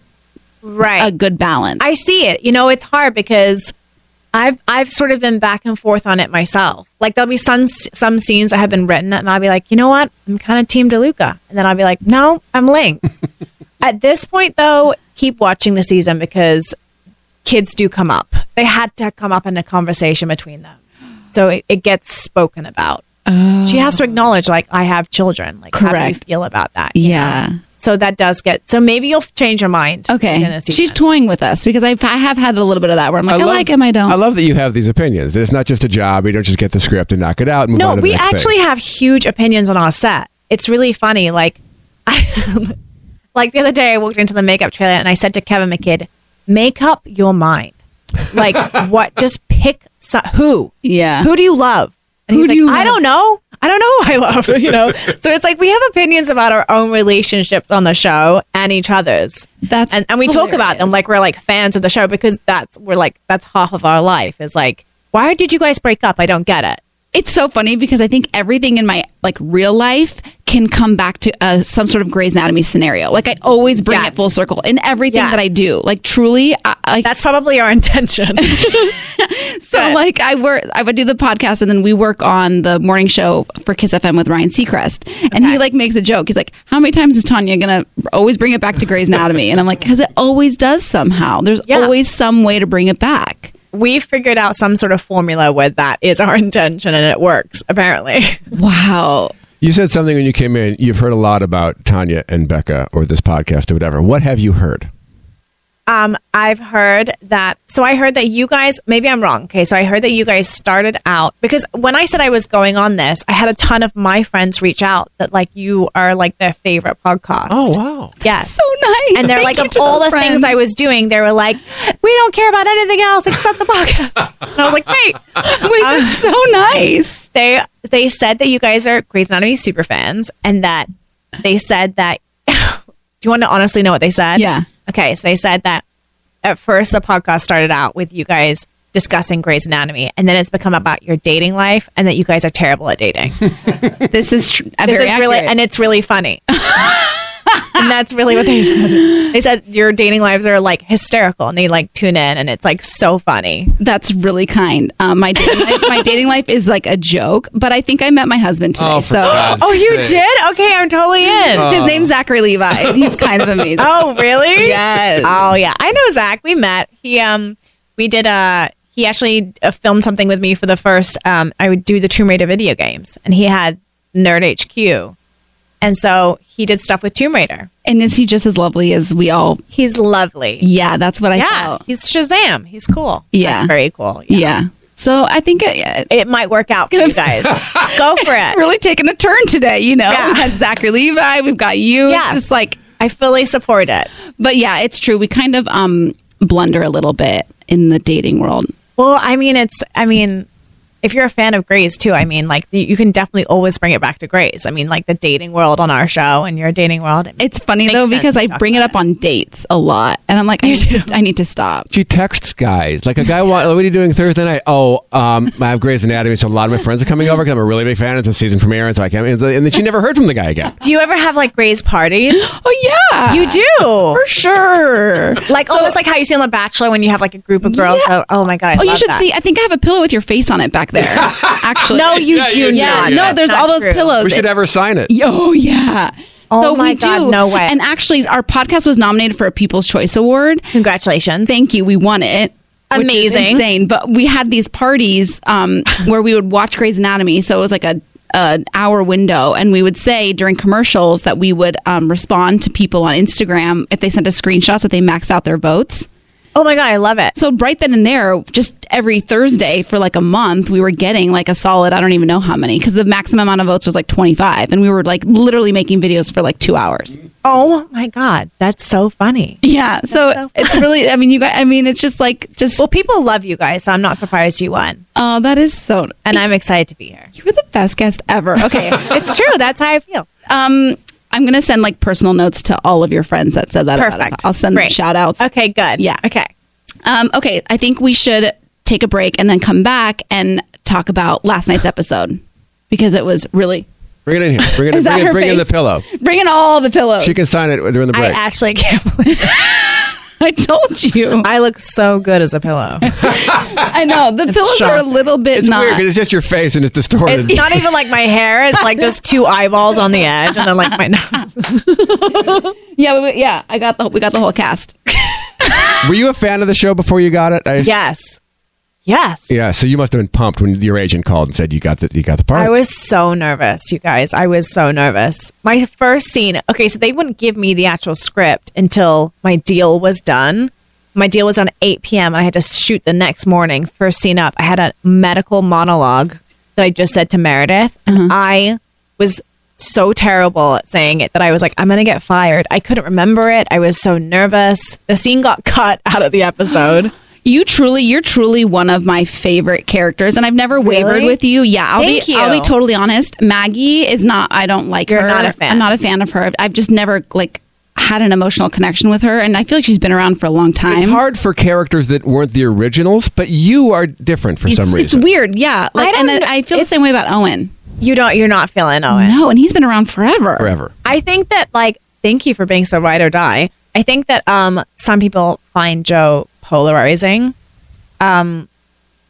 [SPEAKER 2] Yeah. right,
[SPEAKER 1] a good balance.
[SPEAKER 2] I see it. You know, it's hard because I've I've sort of been back and forth on it myself. Like there'll be some some scenes that have been written, and I'll be like, you know what, I'm kind of Team DeLuca, and then I'll be like, no, I'm Link. At this point, though, keep watching the season because kids do come up. They had to come up in a conversation between them, so it, it gets spoken about. She has to acknowledge, like, I have children. Like, how do you
[SPEAKER 1] Correct.
[SPEAKER 2] feel about that? you
[SPEAKER 1] yeah.
[SPEAKER 2] know? So that does get. So maybe you'll change your mind. within
[SPEAKER 1] Okay.
[SPEAKER 2] the
[SPEAKER 1] She's
[SPEAKER 2] season.
[SPEAKER 1] toying with us because I, I have had a little bit of that where I'm like, I, like him, I don't.
[SPEAKER 4] I love that you have these opinions. That it's not just a job. You don't just get the script and knock it out. And move
[SPEAKER 7] Oh,
[SPEAKER 2] No,
[SPEAKER 4] on to
[SPEAKER 2] we
[SPEAKER 4] the next thing.
[SPEAKER 2] actually have huge opinions on our set. It's really funny. Like, I, like the other day, I walked into the makeup trailer and I said to Kevin McKidd, "Make up your mind. Like, what? Just pick so- who.
[SPEAKER 1] Yeah.
[SPEAKER 2] Who do you love?" And
[SPEAKER 1] Who do
[SPEAKER 2] he's like,
[SPEAKER 1] you
[SPEAKER 2] "I
[SPEAKER 1] love?"
[SPEAKER 2] don't know. I don't know who I love." You know. so it's like we have opinions about our own relationships on the show and each other's.
[SPEAKER 1] That's
[SPEAKER 2] and, and we talk about them
[SPEAKER 1] hilarious.
[SPEAKER 2] like we're like fans of the show because that's we're like that's half of our life is like why did you guys break up? I don't get it.
[SPEAKER 1] it's so funny because I think everything in my like real life can come back to uh, some sort of Grey's Anatomy scenario. Like I always bring
[SPEAKER 2] Yes.
[SPEAKER 1] it full circle in everything
[SPEAKER 2] Yes.
[SPEAKER 1] that I do. Like truly, I, I,
[SPEAKER 2] That's probably our intention.
[SPEAKER 1] so like I work. I would do the podcast, and then we work on the morning show for Kiss FM with Ryan Seacrest, and he like makes a joke. He's like, "How many times is Tanya gonna always bring it back to Grey's Anatomy?" and I'm like, "Cause it always does somehow. There's
[SPEAKER 2] Yeah.
[SPEAKER 1] always some way to bring it back."
[SPEAKER 2] We've figured out some sort of formula where that is our intention and it works, apparently.
[SPEAKER 1] Wow.
[SPEAKER 4] You said something when you came in. You've heard a lot about Tanya and Becca or this podcast or whatever. What have you heard?
[SPEAKER 2] Um, I've heard that. So I heard that you guys, maybe I'm wrong. Okay. So I heard that you guys started out because when I said I was going on this, I had a ton of my friends reach out that, like, you are like their favorite podcast.
[SPEAKER 4] wow.
[SPEAKER 2] yes.
[SPEAKER 1] So nice.
[SPEAKER 2] and they're
[SPEAKER 1] Thank
[SPEAKER 2] like,
[SPEAKER 1] you
[SPEAKER 2] of
[SPEAKER 1] to
[SPEAKER 2] all
[SPEAKER 1] those
[SPEAKER 2] the
[SPEAKER 1] friends.
[SPEAKER 2] things I was doing, they were like, we don't care about anything else except the podcast. and I was like, great.
[SPEAKER 1] Wait, that's so nice.
[SPEAKER 2] they they said that you guys are Grey's Anatomy super fans, and that they said that. do you want to honestly know what they said?
[SPEAKER 1] Yeah.
[SPEAKER 7] Okay, so they said that at first the podcast started out with you guys discussing Grey's Anatomy, and then it's become about your dating life and that you guys are terrible at dating.
[SPEAKER 1] This is tr-
[SPEAKER 7] this is really and it's really funny. and that's really what they said. They said your dating lives are like hysterical, and they like tune in, and it's like so funny.
[SPEAKER 1] That's really kind. Um, my dating life, my dating life is like a joke, but I think I met my husband today.
[SPEAKER 4] Oh, for
[SPEAKER 1] so
[SPEAKER 4] God's Oh.
[SPEAKER 7] Oh, you
[SPEAKER 4] sake.
[SPEAKER 7] did? Okay, I'm totally in.
[SPEAKER 1] his name's Zachary Levi. and He's kind of amazing.
[SPEAKER 7] Oh, really?
[SPEAKER 1] Yes.
[SPEAKER 7] Oh, yeah. I know Zach. We met. He um, we did uh He actually uh, filmed something with me for the first. Um, I would do the Tomb Raider video games, and he had Nerd HQ, and so he did stuff with Tomb Raider.
[SPEAKER 1] And is he just as lovely as we all?
[SPEAKER 7] He's lovely.
[SPEAKER 1] Yeah, that's what I
[SPEAKER 7] yeah,
[SPEAKER 1] felt.
[SPEAKER 7] he's Shazam. He's cool.
[SPEAKER 1] Yeah.
[SPEAKER 7] That's very cool.
[SPEAKER 1] Yeah. So I think uh, it,
[SPEAKER 7] it might work out for you guys. Go for
[SPEAKER 1] it's
[SPEAKER 7] it.
[SPEAKER 1] really taken a turn today. You know,
[SPEAKER 7] Yeah.
[SPEAKER 1] we've had Zachary Levi, we've got you.
[SPEAKER 7] Yes.
[SPEAKER 1] It's just like,
[SPEAKER 7] I fully support it.
[SPEAKER 1] but yeah, it's true. We kind of um blunder a little bit in the dating world.
[SPEAKER 7] Well, I mean, it's, I mean, if you're a fan of Grays too, I mean, like, you- you can definitely always bring it back to Grays. I mean, like the dating world on our show and your dating world.
[SPEAKER 1] It's funny
[SPEAKER 7] Makes
[SPEAKER 1] though
[SPEAKER 7] sense
[SPEAKER 1] because
[SPEAKER 7] to
[SPEAKER 1] I
[SPEAKER 7] talk
[SPEAKER 1] bring it
[SPEAKER 7] about
[SPEAKER 1] up on dates a lot, and I'm like, I need, to, I need to stop.
[SPEAKER 4] She texts guys like a guy. wa- What are you doing Thursday night? Oh, um, I have Grey's Anatomy, so a lot of my friends are coming over because I'm a really big fan. It's a season premiere, and so I can't. And then she never heard from the guy again.
[SPEAKER 7] Do you ever have like Grays parties?
[SPEAKER 1] Oh yeah,
[SPEAKER 7] you do.
[SPEAKER 1] for sure.
[SPEAKER 7] Like almost like how you see on The Bachelor when you have like a group of girls.
[SPEAKER 1] Yeah.
[SPEAKER 7] that- Oh, my God. I
[SPEAKER 1] oh, you
[SPEAKER 7] love
[SPEAKER 1] should
[SPEAKER 7] that.
[SPEAKER 1] see. I think I have a pillow with your face on it back there. Actually,
[SPEAKER 7] No, you
[SPEAKER 4] Yeah, you
[SPEAKER 7] do
[SPEAKER 4] do.
[SPEAKER 1] Yeah,
[SPEAKER 7] not.
[SPEAKER 1] no,
[SPEAKER 7] That's
[SPEAKER 1] there's
[SPEAKER 7] not
[SPEAKER 1] all those
[SPEAKER 7] true.
[SPEAKER 1] pillows.
[SPEAKER 4] We should have her sign it.
[SPEAKER 1] Oh yeah.
[SPEAKER 7] Oh
[SPEAKER 1] so
[SPEAKER 7] my
[SPEAKER 1] we
[SPEAKER 7] God,
[SPEAKER 1] do.
[SPEAKER 7] no way.
[SPEAKER 1] And actually, our podcast was nominated for a People's Choice Award.
[SPEAKER 7] Congratulations.
[SPEAKER 1] Thank you. We won it. which is
[SPEAKER 7] Amazing.
[SPEAKER 1] insane. But we had these parties um, where we would watch Grey's Anatomy. So it was like a an hour window, and we would say during commercials that we would um, respond to people on Instagram if they sent us screenshots that they maxed out their votes.
[SPEAKER 7] Oh, my God. I love it.
[SPEAKER 1] So right then and there, just every Thursday for like a month, we were getting like a solid, I don't even know how many, because the maximum amount of votes was like 25. And we were like literally making videos for like two hours.
[SPEAKER 7] Oh, my God. That's so funny.
[SPEAKER 1] Yeah. So,
[SPEAKER 7] so
[SPEAKER 1] it's really, I mean, you guys, I mean, it's just like, just,
[SPEAKER 7] Well, people love you guys, so I'm not surprised you won.
[SPEAKER 1] oh, that is so,
[SPEAKER 7] And I'm excited to be here.
[SPEAKER 1] you were the best guest ever. Okay.
[SPEAKER 7] It's true. That's how I feel.
[SPEAKER 1] um, I'm going to send like personal notes to all of your friends that said that. about
[SPEAKER 7] Perfect.
[SPEAKER 1] us. I'll send
[SPEAKER 7] Great.
[SPEAKER 1] them shout outs.
[SPEAKER 7] Okay, good.
[SPEAKER 1] Yeah.
[SPEAKER 7] Okay.
[SPEAKER 1] Um, okay. I think we should take a break and then come back and talk about last night's episode because it was really
[SPEAKER 4] Bring it in here. Bring it.
[SPEAKER 1] Is
[SPEAKER 4] in,
[SPEAKER 1] that
[SPEAKER 4] bring it,
[SPEAKER 1] her
[SPEAKER 4] bring in the
[SPEAKER 1] face?
[SPEAKER 4] pillow.
[SPEAKER 1] bringing all the pillows.
[SPEAKER 4] She can sign it during the
[SPEAKER 7] I
[SPEAKER 4] break.
[SPEAKER 7] actually can't believe
[SPEAKER 1] I told you.
[SPEAKER 7] I look so good as a pillow.
[SPEAKER 1] I know the pillows are a
[SPEAKER 7] shocking.
[SPEAKER 1] little bit
[SPEAKER 4] it's
[SPEAKER 1] not.
[SPEAKER 4] weird because it's just your face and it's distorted.
[SPEAKER 7] It's not even like my hair. It's like just two eyeballs on the edge and then like my nose.
[SPEAKER 1] Yeah, we, yeah. I got the we got the whole cast.
[SPEAKER 4] Were you a fan of the show before you got it? I,
[SPEAKER 7] Yes. Yes.
[SPEAKER 4] Yeah, so you must have been pumped when your agent called and said you got the you got the part.
[SPEAKER 7] I was so nervous, you guys. I was so nervous. My first scene, okay, so they wouldn't give me the actual script until my deal was done. My deal was on 8 p.m. and I had to shoot the next morning, first scene up. I had a medical monologue that I just said to Meredith. And I was so terrible at saying it that I was like, I'm going to get fired. I couldn't remember it. I was so nervous. The scene got cut out of the episode.
[SPEAKER 1] You truly, you're truly one of my favorite characters, and I've never wavered
[SPEAKER 7] Really?
[SPEAKER 1] with you. Yeah, I'll
[SPEAKER 7] Thank
[SPEAKER 1] be
[SPEAKER 7] you.
[SPEAKER 1] I'll be totally honest. Maggie is not. I don't like
[SPEAKER 7] You're
[SPEAKER 1] her.
[SPEAKER 7] not a fan.
[SPEAKER 1] I'm not a fan of her. I've just never like had an emotional connection with her, and I feel like she's been around for a long time.
[SPEAKER 4] it's hard for characters that weren't the originals, but you are different for some
[SPEAKER 1] It's-
[SPEAKER 4] reason.
[SPEAKER 1] It's weird. Yeah, like,
[SPEAKER 7] I
[SPEAKER 1] and
[SPEAKER 7] don't
[SPEAKER 1] I,
[SPEAKER 7] know.
[SPEAKER 1] I feel the
[SPEAKER 7] It's-
[SPEAKER 1] same way about Owen.
[SPEAKER 7] You don't, you're not feeling Owen.
[SPEAKER 1] No, and he's been around forever.
[SPEAKER 4] Forever.
[SPEAKER 7] I think that like thank you for being so ride or die. I think that um some people find Joe polarizing. Um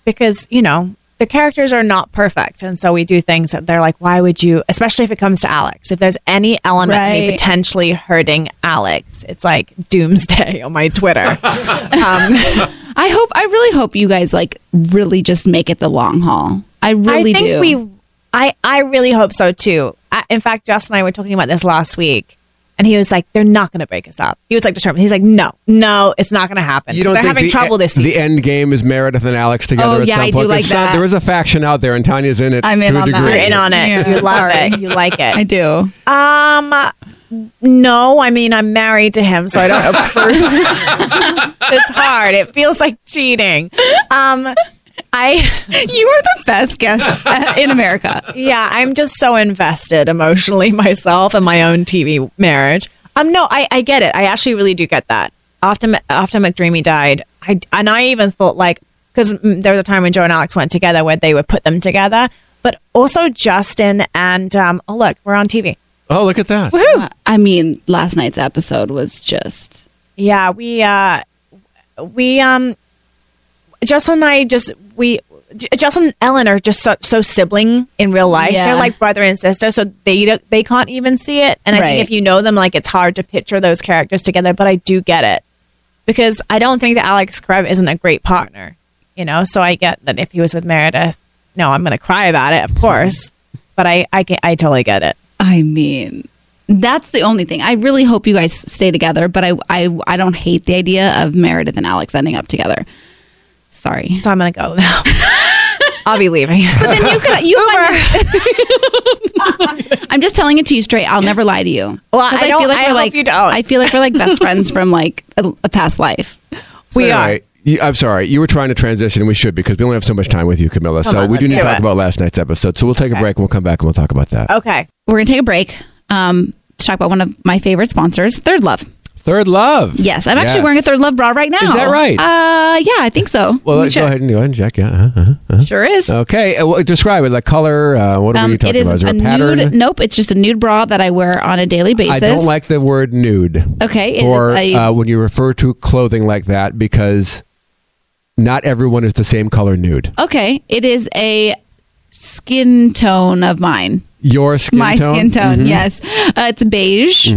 [SPEAKER 7] because, you know, the characters are not perfect and so we do things that they're like, why would you especially if it comes to Alex, if there's any element of me
[SPEAKER 1] Right.
[SPEAKER 7] potentially hurting Alex, it's like doomsday on my Twitter. um
[SPEAKER 1] I hope. I really hope you guys like really just make it the long haul. I really
[SPEAKER 7] I think
[SPEAKER 1] do.
[SPEAKER 7] we. I I really hope so too. I, in fact, Justin and I were talking about this last week, and he was like, "They're not going to break us up." He was like determined. He's like, "No, no, it's not going to happen."
[SPEAKER 4] You
[SPEAKER 7] Because
[SPEAKER 4] don't
[SPEAKER 7] they're
[SPEAKER 4] think
[SPEAKER 7] having
[SPEAKER 4] the, e,
[SPEAKER 7] trouble this
[SPEAKER 4] the
[SPEAKER 7] season.
[SPEAKER 4] end game is Meredith and Alex together
[SPEAKER 1] Oh,
[SPEAKER 4] at
[SPEAKER 1] yeah,
[SPEAKER 4] some
[SPEAKER 1] I do
[SPEAKER 4] point?
[SPEAKER 1] like
[SPEAKER 4] It's not-
[SPEAKER 1] that.
[SPEAKER 4] there is a faction out there, and Tanya's in it
[SPEAKER 1] I'm in
[SPEAKER 4] to a
[SPEAKER 1] on that.
[SPEAKER 4] degree.
[SPEAKER 7] You're in on it.
[SPEAKER 1] Yeah.
[SPEAKER 7] You love
[SPEAKER 1] Sorry.
[SPEAKER 7] it. You like
[SPEAKER 1] I
[SPEAKER 7] it.
[SPEAKER 1] do.
[SPEAKER 7] Um, no, I mean I'm married to him, so I don't approve. it's hard. It feels like cheating. Um, I.
[SPEAKER 1] You are the best guest uh, in America.
[SPEAKER 7] yeah, I'm just so invested emotionally myself and my own TV marriage. Um, no, I, I get it. I actually really do get that. after M- after McDreamy died, I and I even thought like because there was a time when Joe and Alex went together where they would put them together, but also Justin and um, oh look, we're on TV.
[SPEAKER 4] Oh, look at that.
[SPEAKER 7] Woohoo!
[SPEAKER 1] I mean, last night's episode was just
[SPEAKER 7] Yeah, we uh we um Justin and I just we J- Justin and Ellen are just so, so sibling in real life.
[SPEAKER 1] Yeah.
[SPEAKER 7] They're like brother and sister, so they don't, they can't even see it. And I
[SPEAKER 1] Right.
[SPEAKER 7] think if you know them, like it's hard to picture those characters together. But I do get it because I don't think that Alex Krebs isn't a great partner, you know. So I get that if he was with Meredith, no, I'm gonna cry about it, of course. But I I can, I totally get it.
[SPEAKER 1] I mean, that's the only thing. I really hope you guys stay together, but I I I don't hate the idea of Meredith and Alex ending up together. Sorry.
[SPEAKER 7] So I'm gonna go now. I'll be leaving.
[SPEAKER 1] But then you could you find- I'm just telling it to you straight. I'll never lie to you.
[SPEAKER 7] Well,
[SPEAKER 1] 'Cause
[SPEAKER 7] I don't- I
[SPEAKER 1] we're
[SPEAKER 7] hope
[SPEAKER 1] like
[SPEAKER 7] you don't.
[SPEAKER 1] I feel like we're like best friends from like a, a past life.
[SPEAKER 7] we
[SPEAKER 4] All
[SPEAKER 7] are.
[SPEAKER 4] right. You- I'm sorry. You were trying to transition, and we should because we only have so much time with you, Camilla. so
[SPEAKER 7] on,
[SPEAKER 4] we
[SPEAKER 7] let's
[SPEAKER 4] do need to
[SPEAKER 7] do
[SPEAKER 4] talk
[SPEAKER 7] it.
[SPEAKER 4] about last night's episode. So we'll take a break. We'll come back and we'll talk about that.
[SPEAKER 7] Okay.
[SPEAKER 1] We're gonna take a break um, to talk about one of my favorite sponsors, Third Love.
[SPEAKER 4] Third love.
[SPEAKER 1] Yes, I'm actually
[SPEAKER 4] Yes.
[SPEAKER 1] wearing a Third Love bra right now.
[SPEAKER 4] Is that right?
[SPEAKER 1] Uh, yeah, I think so.
[SPEAKER 4] Well,
[SPEAKER 1] Let me
[SPEAKER 4] let's go
[SPEAKER 1] check.
[SPEAKER 4] ahead and go ahead and check. Yeah. Uh-huh, uh-huh.
[SPEAKER 1] Sure is.
[SPEAKER 4] Okay, uh, well, describe it. Like color. Uh, what are
[SPEAKER 1] Um,
[SPEAKER 4] we
[SPEAKER 1] it
[SPEAKER 4] talking
[SPEAKER 1] is
[SPEAKER 4] about? Is there
[SPEAKER 1] a
[SPEAKER 4] a pattern?
[SPEAKER 1] nude. Nope, it's just a nude bra that I wear on a daily basis.
[SPEAKER 4] I don't like the word nude.
[SPEAKER 1] Okay, it is
[SPEAKER 4] Or
[SPEAKER 1] a-
[SPEAKER 4] uh, when you refer to clothing like that, because not everyone is the same color nude.
[SPEAKER 1] Okay, it is a skin tone of mine.
[SPEAKER 4] Your skin
[SPEAKER 1] My
[SPEAKER 4] tone.
[SPEAKER 1] skin
[SPEAKER 4] Mm-hmm.
[SPEAKER 1] tone, yes. Uh, it's beige.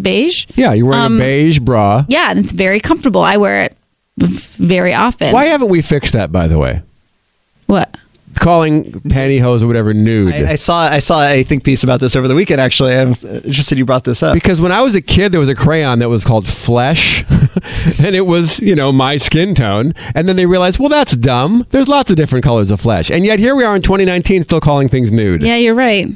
[SPEAKER 1] Beige.
[SPEAKER 4] Yeah, you're wearing
[SPEAKER 1] Um,
[SPEAKER 4] a beige bra.
[SPEAKER 1] Yeah, and it's very comfortable. I wear it very often.
[SPEAKER 4] Why haven't we fixed that? By the way,
[SPEAKER 1] What?
[SPEAKER 4] calling pantyhose or whatever nude.
[SPEAKER 6] I, I saw I saw a think piece about this over the weekend. Actually, I'm interested you brought this up.
[SPEAKER 4] because when I was a kid, there was a crayon that was called Flesh, and it was, you know, my skin tone. And then they realized, well, that's dumb. There's lots of different colors of flesh. And yet here we are in 2019 still calling things nude.
[SPEAKER 1] Yeah, you're right.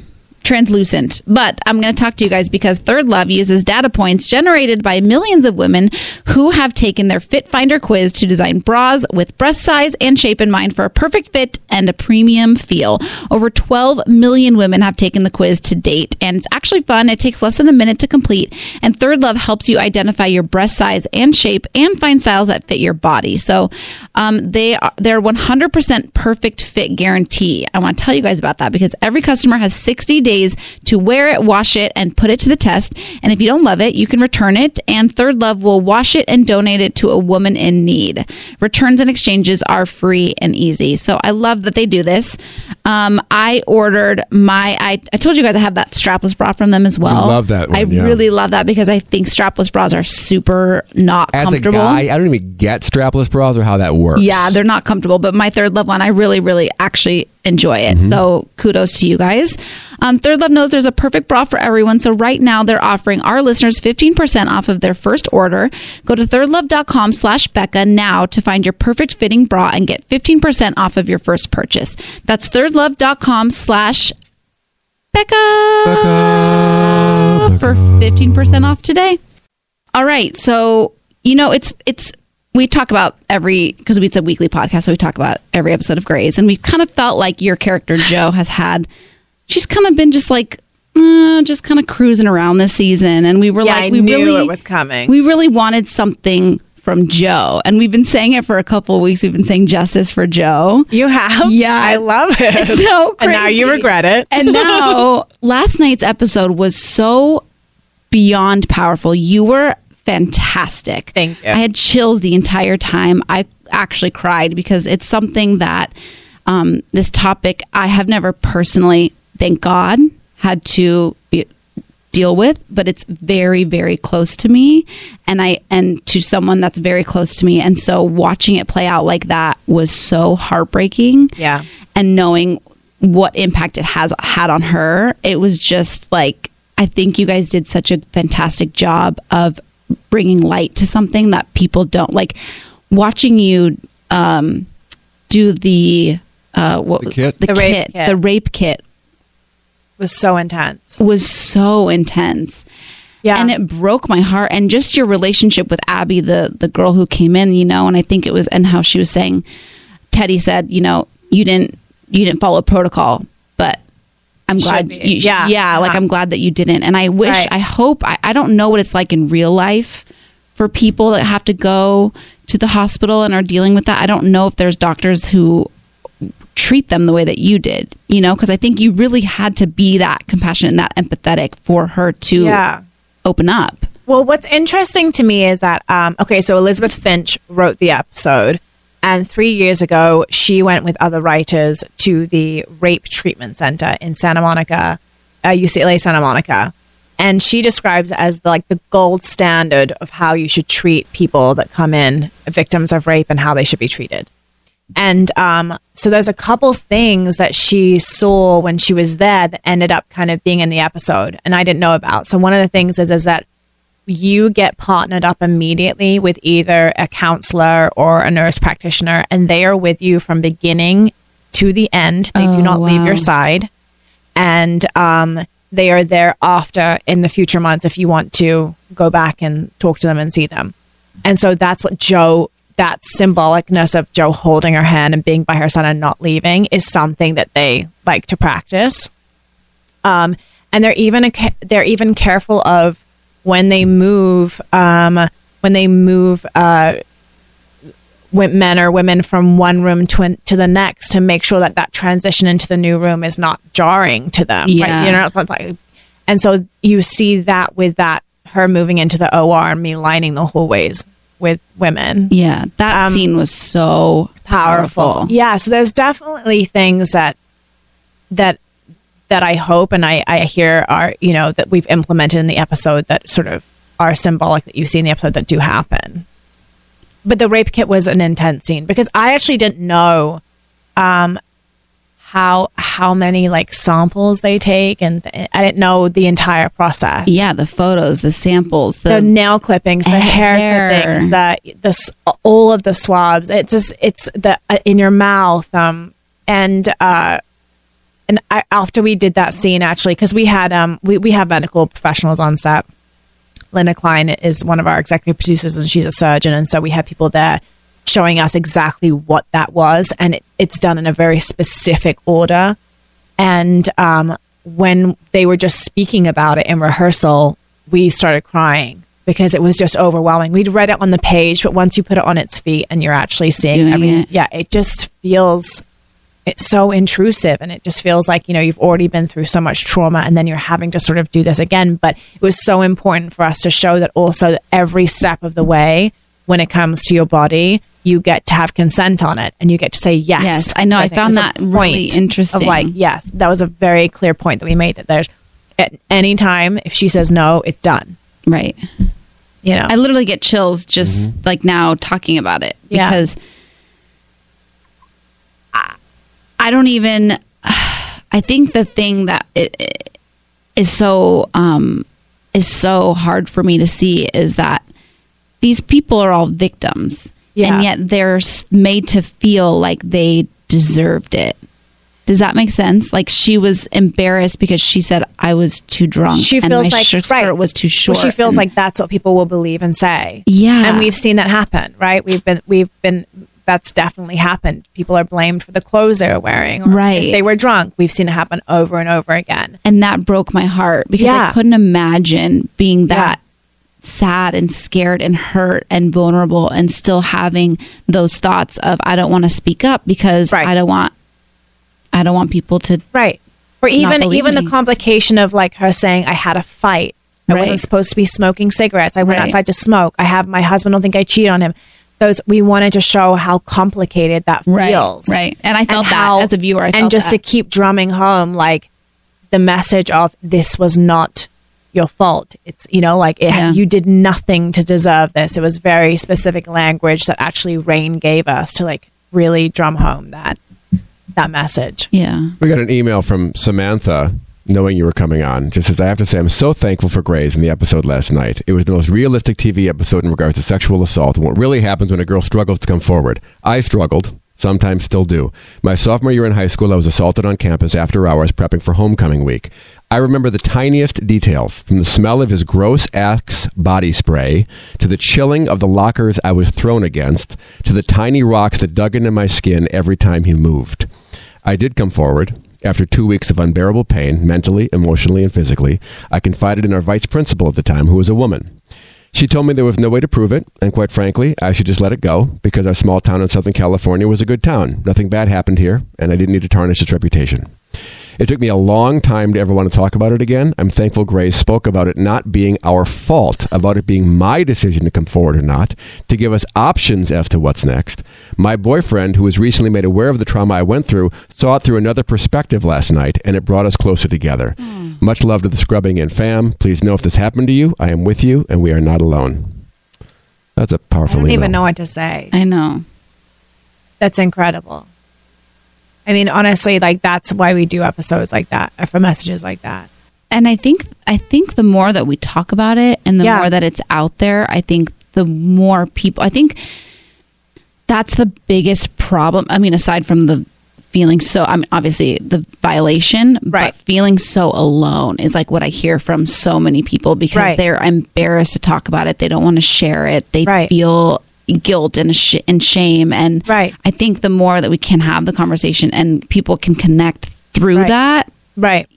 [SPEAKER 1] Translucent. But I'm going to talk to you guys because Third Love uses data points generated by millions of women who have taken their Fit Finder quiz to design bras with breast size and shape in mind for a perfect fit and a premium feel. Over 12 million women have taken the quiz to date, and it's actually fun. It takes less than a minute to complete, and Third Love helps you identify your breast size and shape and find styles that fit your body. So um, they are they're 100% perfect fit guarantee. I want to tell you guys about that because every customer has 60 days to wear it, wash it, and put it to the test. And if you don't love it, you can return it. And Third Love will wash it and donate it to a woman in need. Returns and exchanges are free and easy. So I love that they do this. Um, I ordered my I, I told you guys I have that strapless bra from them as well.
[SPEAKER 4] love that one,
[SPEAKER 1] I
[SPEAKER 4] yeah.
[SPEAKER 1] really love that because I think strapless bras are super not
[SPEAKER 4] As a
[SPEAKER 1] comfortable.
[SPEAKER 4] guy, I don't even get strapless bras or how that works.
[SPEAKER 1] Yeah, they're not comfortable, but my third love one, I really, really actually enjoy it. So kudos to you guys. Um, third Love knows there's a perfect bra for everyone. So right now they're offering our listeners 15% off of their first order. Go to thirdlove.com slash Becca now to find your perfect fitting bra and get 15% off of your first purchase. That's thirdlove.com slash Becca for 15% off today. All right. So, you know, it's it's we talk about every because it's a weekly podcast, so we talk about every episode of Grays, and we kind of felt like your character Joe has had. She's kind of been just like. uh, just kind of cruising around this season, and we were
[SPEAKER 7] Yeah,
[SPEAKER 1] like,
[SPEAKER 7] I
[SPEAKER 1] we
[SPEAKER 7] knew
[SPEAKER 1] really
[SPEAKER 7] it was coming.
[SPEAKER 1] We really wanted something from Joe, and we've been saying it for a couple of weeks. We've been saying justice for Joe,
[SPEAKER 7] You have?
[SPEAKER 1] Yeah.
[SPEAKER 7] I love it.
[SPEAKER 1] It's so
[SPEAKER 7] And now you
[SPEAKER 1] crazy.
[SPEAKER 7] regret it.
[SPEAKER 1] and now last night's episode was so beyond powerful. You were fantastic.
[SPEAKER 7] Thank you.
[SPEAKER 1] I had chills the entire time. I actually cried because it's something that um, this topic I have never personally, thank God, had to be, deal with, but it's very, very close to me, and I and to someone that's very close to me, and so watching it play out like that was so heartbreaking.
[SPEAKER 7] Yeah.
[SPEAKER 1] and knowing what impact it has had on her, it was just like I think you guys did such a fantastic job of bringing light to something that people don't like. Watching you um, do the uh, what
[SPEAKER 4] The kit.
[SPEAKER 1] the,
[SPEAKER 7] The rape
[SPEAKER 1] kit,
[SPEAKER 7] kit.
[SPEAKER 1] the rape kit
[SPEAKER 7] was so intense.
[SPEAKER 1] was so intense.
[SPEAKER 7] Yeah.
[SPEAKER 1] And it broke my heart. And just your relationship with Abby, the the girl who came in, you know, and I think it was and how she was saying Teddy said, you know, you didn't you didn't follow protocol, but I'm glad
[SPEAKER 7] be.
[SPEAKER 1] you
[SPEAKER 7] Yeah.
[SPEAKER 1] yeah, like
[SPEAKER 7] Uh-huh.
[SPEAKER 1] I'm glad that you didn't. And I wish
[SPEAKER 7] Right.
[SPEAKER 1] I hope I, I don't know what it's like in real life for people that have to go to the hospital and are dealing with that. I don't know if there's doctors who treat them the way that you did, you know, because I think you really had to be that compassionate and that empathetic for her to
[SPEAKER 8] Yeah.
[SPEAKER 1] open up.
[SPEAKER 8] Well, what's interesting to me is that um, okay, so Elizabeth Finch wrote the episode, and three years ago she went with other writers to the rape treatment center in Santa Monica, uh, UCLA Santa Monica, and she describes it as like the gold standard of how you should treat people that come in victims of rape and how they should be treated. And um, so there's a couple things that she saw when she was there that ended up kind of being in the episode, and I didn't know about. So one of the things is is that you get partnered up immediately with either a counselor or a nurse practitioner, and they are with you from beginning to the end. They do not leave your side, and um, they are there after in the future months if you want to go back and talk to them and see them. And so that's what Joe, that symbolicness of Joe holding her hand and being by her side and not leaving is something that they like to practice. Um, and they're even a, ca- they're even careful of when they move um, when they move uh, wi- men or women from one room to an, to the next to make sure that that transition into the new room is not jarring to them.
[SPEAKER 1] Yeah.
[SPEAKER 8] Right? You know, it's not like, and so you see that with that her moving into the OR and me lining the hallways with women
[SPEAKER 1] Yeah, that
[SPEAKER 8] um,
[SPEAKER 1] scene was so powerful.
[SPEAKER 8] yeah so there's definitely things that that that i hope and i i hear are you know that we've implemented in the episode that sort of are symbolic that you see in the episode that do happen but the rape kit was an intense scene because i actually didn't know um how how many like samples they take and th- i didn't know the entire process
[SPEAKER 1] Yeah, the photos, the samples,
[SPEAKER 8] the,
[SPEAKER 1] the
[SPEAKER 8] nail clippings, the
[SPEAKER 1] Eh.
[SPEAKER 8] hair,
[SPEAKER 1] Hair.
[SPEAKER 8] clippings, the the s- all of the swabs. It's just it's the uh, in your mouth. Um, and uh, and I, after we did that scene, actually, because we had um we we have medical professionals on set. Linda Klein is one of our executive producers, and she's a surgeon, and so we had people there showing us exactly what that was, and it, it's done in a very specific order. And um, when they were just speaking about it in rehearsal, we started crying because it was just overwhelming. We'd read it on the page, but once you put it on its feet and you're actually seeing
[SPEAKER 1] Doing
[SPEAKER 8] everything,
[SPEAKER 1] it.
[SPEAKER 8] yeah, it just feels it's so intrusive and it just feels like you know you've already been through so much trauma and then you're having to sort of do this again but it was so important for us to show that also that every step of the way when it comes to your body you get to have consent on it and you get to say yes
[SPEAKER 1] Yes, I know.
[SPEAKER 8] So
[SPEAKER 1] I
[SPEAKER 8] think
[SPEAKER 1] found
[SPEAKER 8] there's
[SPEAKER 1] that
[SPEAKER 8] a
[SPEAKER 1] really
[SPEAKER 8] point
[SPEAKER 1] interesting.
[SPEAKER 8] of like yes that was a very clear point that we made that there's at any time if she says no it's done
[SPEAKER 1] right.
[SPEAKER 8] you know
[SPEAKER 1] I literally get chills just like now talking about it
[SPEAKER 8] Yeah.
[SPEAKER 1] because I, I don't even. I think the thing that it, it is so um, is so hard for me to see is that these people are all victims,
[SPEAKER 8] Yeah.
[SPEAKER 1] and yet they're s- made to feel like they deserved it. Does that make sense? Like she was embarrassed because she said I was too drunk.
[SPEAKER 8] she
[SPEAKER 1] and
[SPEAKER 8] feels
[SPEAKER 1] my
[SPEAKER 8] like
[SPEAKER 1] shirt
[SPEAKER 8] right.
[SPEAKER 1] was too short.
[SPEAKER 8] Well, she feels
[SPEAKER 1] and-
[SPEAKER 8] like that's what people will believe and say.
[SPEAKER 1] Yeah.
[SPEAKER 8] and we've seen that happen, right? We've been we've been that's definitely happened. People are blamed for the clothes they were wearing, or
[SPEAKER 1] Right.
[SPEAKER 8] If they were drunk, we've seen it happen over and over again.
[SPEAKER 1] and that broke my heart because I
[SPEAKER 8] Yeah.
[SPEAKER 1] couldn't imagine being that sad and scared and hurt and vulnerable and still having those thoughts of I don't want to speak up because
[SPEAKER 8] Right.
[SPEAKER 1] I don't want I don't want people to
[SPEAKER 8] right or even
[SPEAKER 1] believe
[SPEAKER 8] even
[SPEAKER 1] me.
[SPEAKER 8] the complication of like her saying i had a fight i
[SPEAKER 1] Right.
[SPEAKER 8] wasn't supposed to be smoking cigarettes i went
[SPEAKER 1] Right.
[SPEAKER 8] outside to smoke i have my husband don't think i cheated on him those we wanted to show how complicated that
[SPEAKER 1] Right,
[SPEAKER 8] feels
[SPEAKER 1] right. And I felt that as a viewer, I
[SPEAKER 8] and
[SPEAKER 1] felt
[SPEAKER 8] just
[SPEAKER 1] that.
[SPEAKER 8] to keep drumming home like the message of this was not your fault it's you know like it,
[SPEAKER 1] Yeah.
[SPEAKER 8] you did nothing to deserve this it was very specific language that actually rain gave us to like really drum home that that message
[SPEAKER 1] yeah
[SPEAKER 4] We got an email from Samantha knowing you were coming on. Just says, I have to say, I'm so thankful for Grays in the episode last night. It was the most realistic TV episode in regards to sexual assault and what really happens when a girl struggles to come forward. I struggled. Sometimes still do. My sophomore year in high school, I was assaulted on campus after hours prepping for homecoming week. I remember the tiniest details, from the smell of his gross axe body spray to the chilling of the lockers I was thrown against to the tiny rocks that dug into my skin every time he moved. I did come forward. After two weeks of unbearable pain, mentally, emotionally, and physically, I confided in our vice principal at the time, who was a woman. She told me there was no way to prove it, and quite frankly, I should just let it go because our small town in Southern California was a good town. Nothing bad happened here, and I didn't need to tarnish its reputation. It took me a long time to ever want to talk about it again. I'm thankful Grace spoke about it not being our fault, about it being my decision to come forward or not, to give us options as to what's next. My boyfriend, who was recently made aware of the trauma I went through, saw it through another perspective last night, and it brought us closer together.
[SPEAKER 7] Hmm.
[SPEAKER 4] Much love to the Scrubbing and fam. Please know if this happened to you, I am with you, and we are not alone. That's a
[SPEAKER 7] I
[SPEAKER 4] powerful
[SPEAKER 7] don't even
[SPEAKER 4] email.
[SPEAKER 7] know what to say.
[SPEAKER 1] I know.
[SPEAKER 7] That's incredible. I mean, honestly, like that's why we do episodes like that or for messages like that.
[SPEAKER 1] And I think I think the more that we talk about it and the
[SPEAKER 7] Yeah.
[SPEAKER 1] more that it's out there, I think the more people I think that's the biggest problem. I mean, aside from the feeling so I mean obviously the violation,
[SPEAKER 7] Right.
[SPEAKER 1] but feeling so alone is like what I hear from so many people because
[SPEAKER 7] Right.
[SPEAKER 1] they're embarrassed to talk about it. They don't want to share it. They
[SPEAKER 7] Right.
[SPEAKER 1] feel guilt and sh- and shame and
[SPEAKER 7] Right.
[SPEAKER 1] I think the more that we can have the conversation and people can connect through
[SPEAKER 7] Right.
[SPEAKER 1] that
[SPEAKER 7] Right.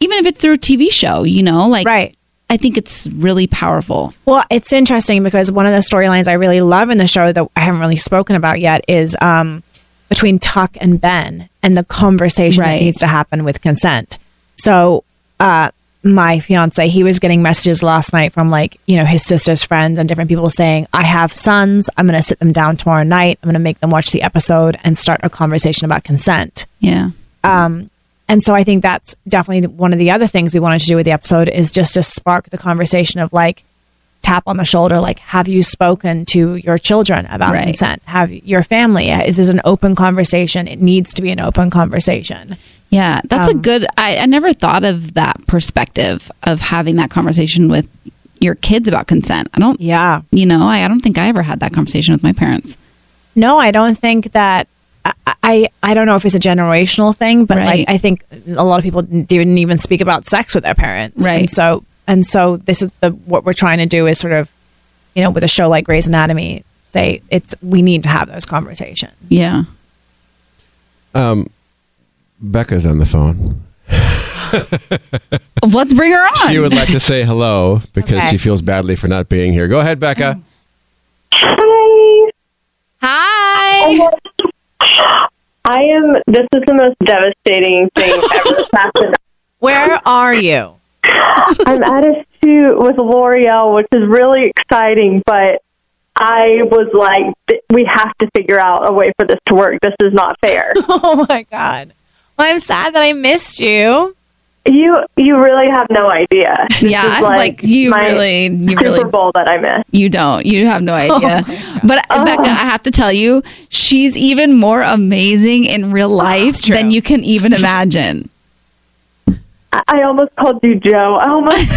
[SPEAKER 1] even if it's through a TV show, you know, like
[SPEAKER 7] Right.
[SPEAKER 1] I think it's really powerful.
[SPEAKER 7] Well, it's interesting because one of the storylines I really love in the show that I haven't really spoken about yet is um, between Tuck and Ben and the conversation
[SPEAKER 1] Right.
[SPEAKER 7] that needs to happen with consent. So, uh, my fiance, he was getting messages last night from like, you know, his sister's friends and different people saying, I have sons. I'm going to sit them down tomorrow night. I'm going to make them watch the episode and start a conversation about consent.
[SPEAKER 1] Yeah.
[SPEAKER 7] Um, and so I think that's definitely one of the other things we wanted to do with the episode is just to spark the conversation of like tap on the shoulder, like have you spoken to your children about
[SPEAKER 1] Right.
[SPEAKER 7] consent? Have your family? Is this an open conversation? It needs to be an open conversation.
[SPEAKER 1] Yeah. That's
[SPEAKER 7] Um,
[SPEAKER 1] a good I, I never thought of that perspective of having that conversation with your kids about consent. I don't
[SPEAKER 7] Yeah.
[SPEAKER 1] you know, I, I don't think I ever had that conversation with my parents.
[SPEAKER 7] No, I don't think that. I, I I don't know if it's a generational thing, but
[SPEAKER 1] Right.
[SPEAKER 7] like I think a lot of people didn't didn't even speak about sex with their parents,
[SPEAKER 1] Right.
[SPEAKER 7] And so and so this is the what we're trying to do is sort of, you know, with a show like Grey's Anatomy, say it's we need to have those conversations.
[SPEAKER 1] Yeah.
[SPEAKER 4] Um, Becca's on the phone.
[SPEAKER 1] Let's bring her on.
[SPEAKER 4] She would like to say hello because
[SPEAKER 7] Okay. Oh.
[SPEAKER 4] she feels badly for not being here. Go ahead, Becca.
[SPEAKER 7] Hi.
[SPEAKER 8] I am. This is the most devastating thing ever happened.
[SPEAKER 7] Where are you?
[SPEAKER 8] I'm at a shoot with L'Oreal, which is really exciting, but I was like, th- we have to figure out a way for this to work. This is not fair.
[SPEAKER 7] Oh my god. Well, I'm sad that I missed you.
[SPEAKER 8] you you really have no idea. This
[SPEAKER 1] yeah,
[SPEAKER 8] is
[SPEAKER 1] I was like, you
[SPEAKER 8] my
[SPEAKER 1] really you really
[SPEAKER 8] Super Bowl that I Oh missed.
[SPEAKER 1] You don't. You have no idea. but uh,
[SPEAKER 8] Oh.
[SPEAKER 1] Becca, I have to tell you, she's even more amazing in real life than you can even imagine.
[SPEAKER 8] I, I almost called you Joe. I almost.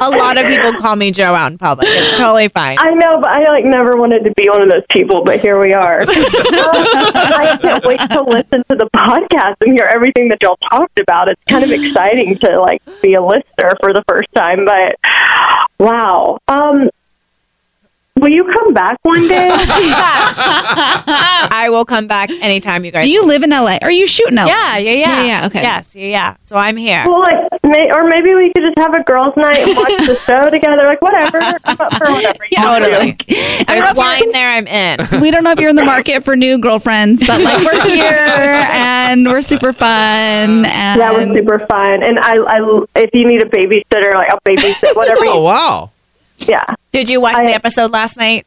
[SPEAKER 7] A lot of people call me Joe out in public. It's totally fine.
[SPEAKER 8] I know, but I like never wanted to be one of those people. But here we are. Um, I can't wait to listen to the podcast and hear everything that y'all talked about. It's kind of exciting to like be a listener for the first time. But wow, um, will you come back one day?
[SPEAKER 7] I will come back anytime you guys
[SPEAKER 1] Do you live in LA? Are you shooting LA?
[SPEAKER 7] Yeah, yeah, yeah.
[SPEAKER 1] Yeah, yeah, okay.
[SPEAKER 7] Yes, yeah, yeah. So I'm here.
[SPEAKER 8] well, like, may, or maybe we could just have a girls' night and watch the show together. Like whatever, I'm up for whatever. You want to do.
[SPEAKER 7] Totally. There's wine there, I'm in.
[SPEAKER 1] We don't know if you're in the market for new girlfriends, but like we're here and we're super fun. And
[SPEAKER 8] That was super fun, and I, I, if you need a babysitter, like I'll babysit whatever.
[SPEAKER 4] Oh,
[SPEAKER 8] you,
[SPEAKER 4] wow.
[SPEAKER 8] yeah.
[SPEAKER 7] Did you watch the
[SPEAKER 8] I-
[SPEAKER 7] episode last night?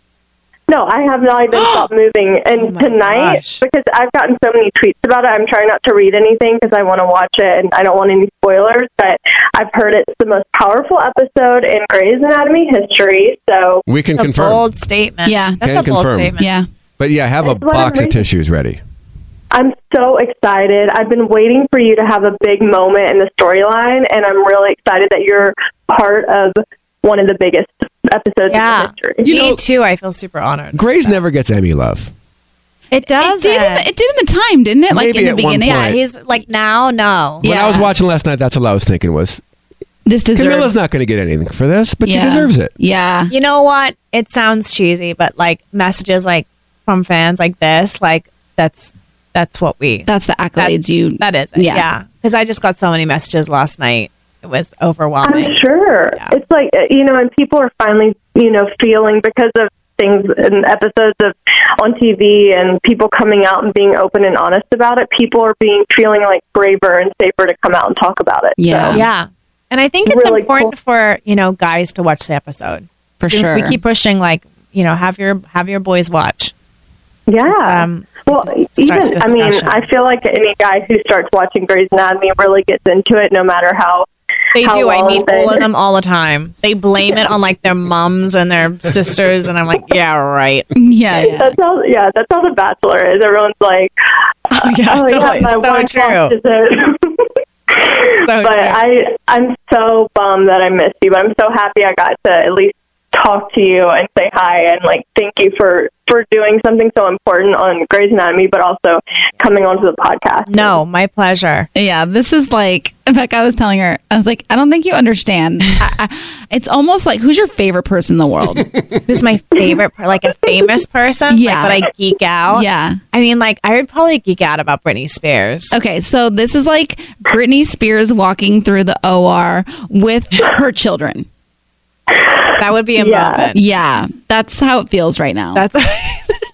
[SPEAKER 8] No, I have not even stopped moving. And
[SPEAKER 7] Oh my
[SPEAKER 8] tonight,
[SPEAKER 7] gosh.
[SPEAKER 8] because I've gotten so many tweets about it, I'm trying not to read anything because I want to watch it and I don't want any spoilers. But I've heard it's the most powerful episode in Grey's Anatomy history. So
[SPEAKER 4] We can
[SPEAKER 7] That's
[SPEAKER 4] confirm.
[SPEAKER 7] a bold statement.
[SPEAKER 1] Yeah.
[SPEAKER 7] That's
[SPEAKER 4] Can
[SPEAKER 7] a bold
[SPEAKER 4] confirm.
[SPEAKER 7] statement.
[SPEAKER 1] yeah.
[SPEAKER 4] But yeah, have a
[SPEAKER 8] That's what I'm
[SPEAKER 4] box of
[SPEAKER 8] reading.
[SPEAKER 4] tissues ready.
[SPEAKER 8] I'm so excited. I've been waiting for you to have a big moment in the storyline, and I'm really excited that you're part of one of the biggest episodes
[SPEAKER 7] Yeah.
[SPEAKER 8] in history.
[SPEAKER 7] Me too. I feel super honored.
[SPEAKER 4] Grays never gets Emmy love.
[SPEAKER 7] It
[SPEAKER 1] It
[SPEAKER 7] does.
[SPEAKER 1] did, in the, it did in the time, didn't it? Like
[SPEAKER 4] Maybe
[SPEAKER 1] in the
[SPEAKER 4] at one
[SPEAKER 1] beginning.
[SPEAKER 4] point.
[SPEAKER 7] yeah, he's like now, no.
[SPEAKER 1] Yeah.
[SPEAKER 4] When I was watching last night, that's all I was thinking was
[SPEAKER 1] This deserves.
[SPEAKER 4] Camilla's not going to get anything for this, but
[SPEAKER 1] yeah.
[SPEAKER 4] she deserves it.
[SPEAKER 1] Yeah.
[SPEAKER 7] You know what? It sounds cheesy, but like messages like from fans like this, like that's that's what we
[SPEAKER 1] That's the accolades
[SPEAKER 7] That's-
[SPEAKER 1] you.
[SPEAKER 7] that is it.
[SPEAKER 1] Yeah.
[SPEAKER 7] yeah because I just got so many messages last night It was overwhelming.
[SPEAKER 8] I'm sure. It's like, uh, you know, and people are finally, you know, feeling because of things and episodes of on TV and people coming out and being open and honest about it, people are being feeling like braver and safer to come out and talk about it. So,
[SPEAKER 7] Yeah. And I think it's
[SPEAKER 8] Really
[SPEAKER 7] important for, you know, guys to watch the episode.
[SPEAKER 1] For
[SPEAKER 7] We- We
[SPEAKER 1] sure.
[SPEAKER 7] keep pushing like, you know, have your have your boys watch. Um,
[SPEAKER 8] Yeah. well, even
[SPEAKER 7] starts
[SPEAKER 8] I mean,
[SPEAKER 7] discussion.
[SPEAKER 8] I feel like any guy who starts watching Grey's Anatomy really gets into it, no matter how
[SPEAKER 7] They
[SPEAKER 8] how
[SPEAKER 7] do. I
[SPEAKER 8] long
[SPEAKER 7] meet
[SPEAKER 8] they-
[SPEAKER 7] all of them all the time. They blame it on like their moms and their sisters and I'm like, yeah, right.
[SPEAKER 1] Yeah, yeah.
[SPEAKER 8] That's how, yeah, that's how The Bachelor is. Everyone's like,
[SPEAKER 7] oh, yeah, totally.
[SPEAKER 8] my
[SPEAKER 7] So
[SPEAKER 8] wife
[SPEAKER 7] true.
[SPEAKER 8] watches it. but I, I'm so bummed that I missed you, but I'm so happy I got to at least talk to you and say hi and like thank you for for doing something so important on Grey's Anatomy, but also coming onto the podcast.
[SPEAKER 7] No, Oh, my pleasure.
[SPEAKER 1] Yeah, this is like, in fact, I was telling her, I was like, I don't think you understand. I, I, it's almost like, who's your favorite person in the world?
[SPEAKER 7] Who's my favorite, per- like a famous person?
[SPEAKER 1] Yeah.
[SPEAKER 7] Like, would I geek out?
[SPEAKER 1] Yeah.
[SPEAKER 7] I mean, like, I would probably geek out about Britney Spears.
[SPEAKER 1] Okay, so this is like Britney Spears walking through the OR with her children.
[SPEAKER 7] That would be a moment.
[SPEAKER 1] Yeah, that's how it feels right now.
[SPEAKER 7] That's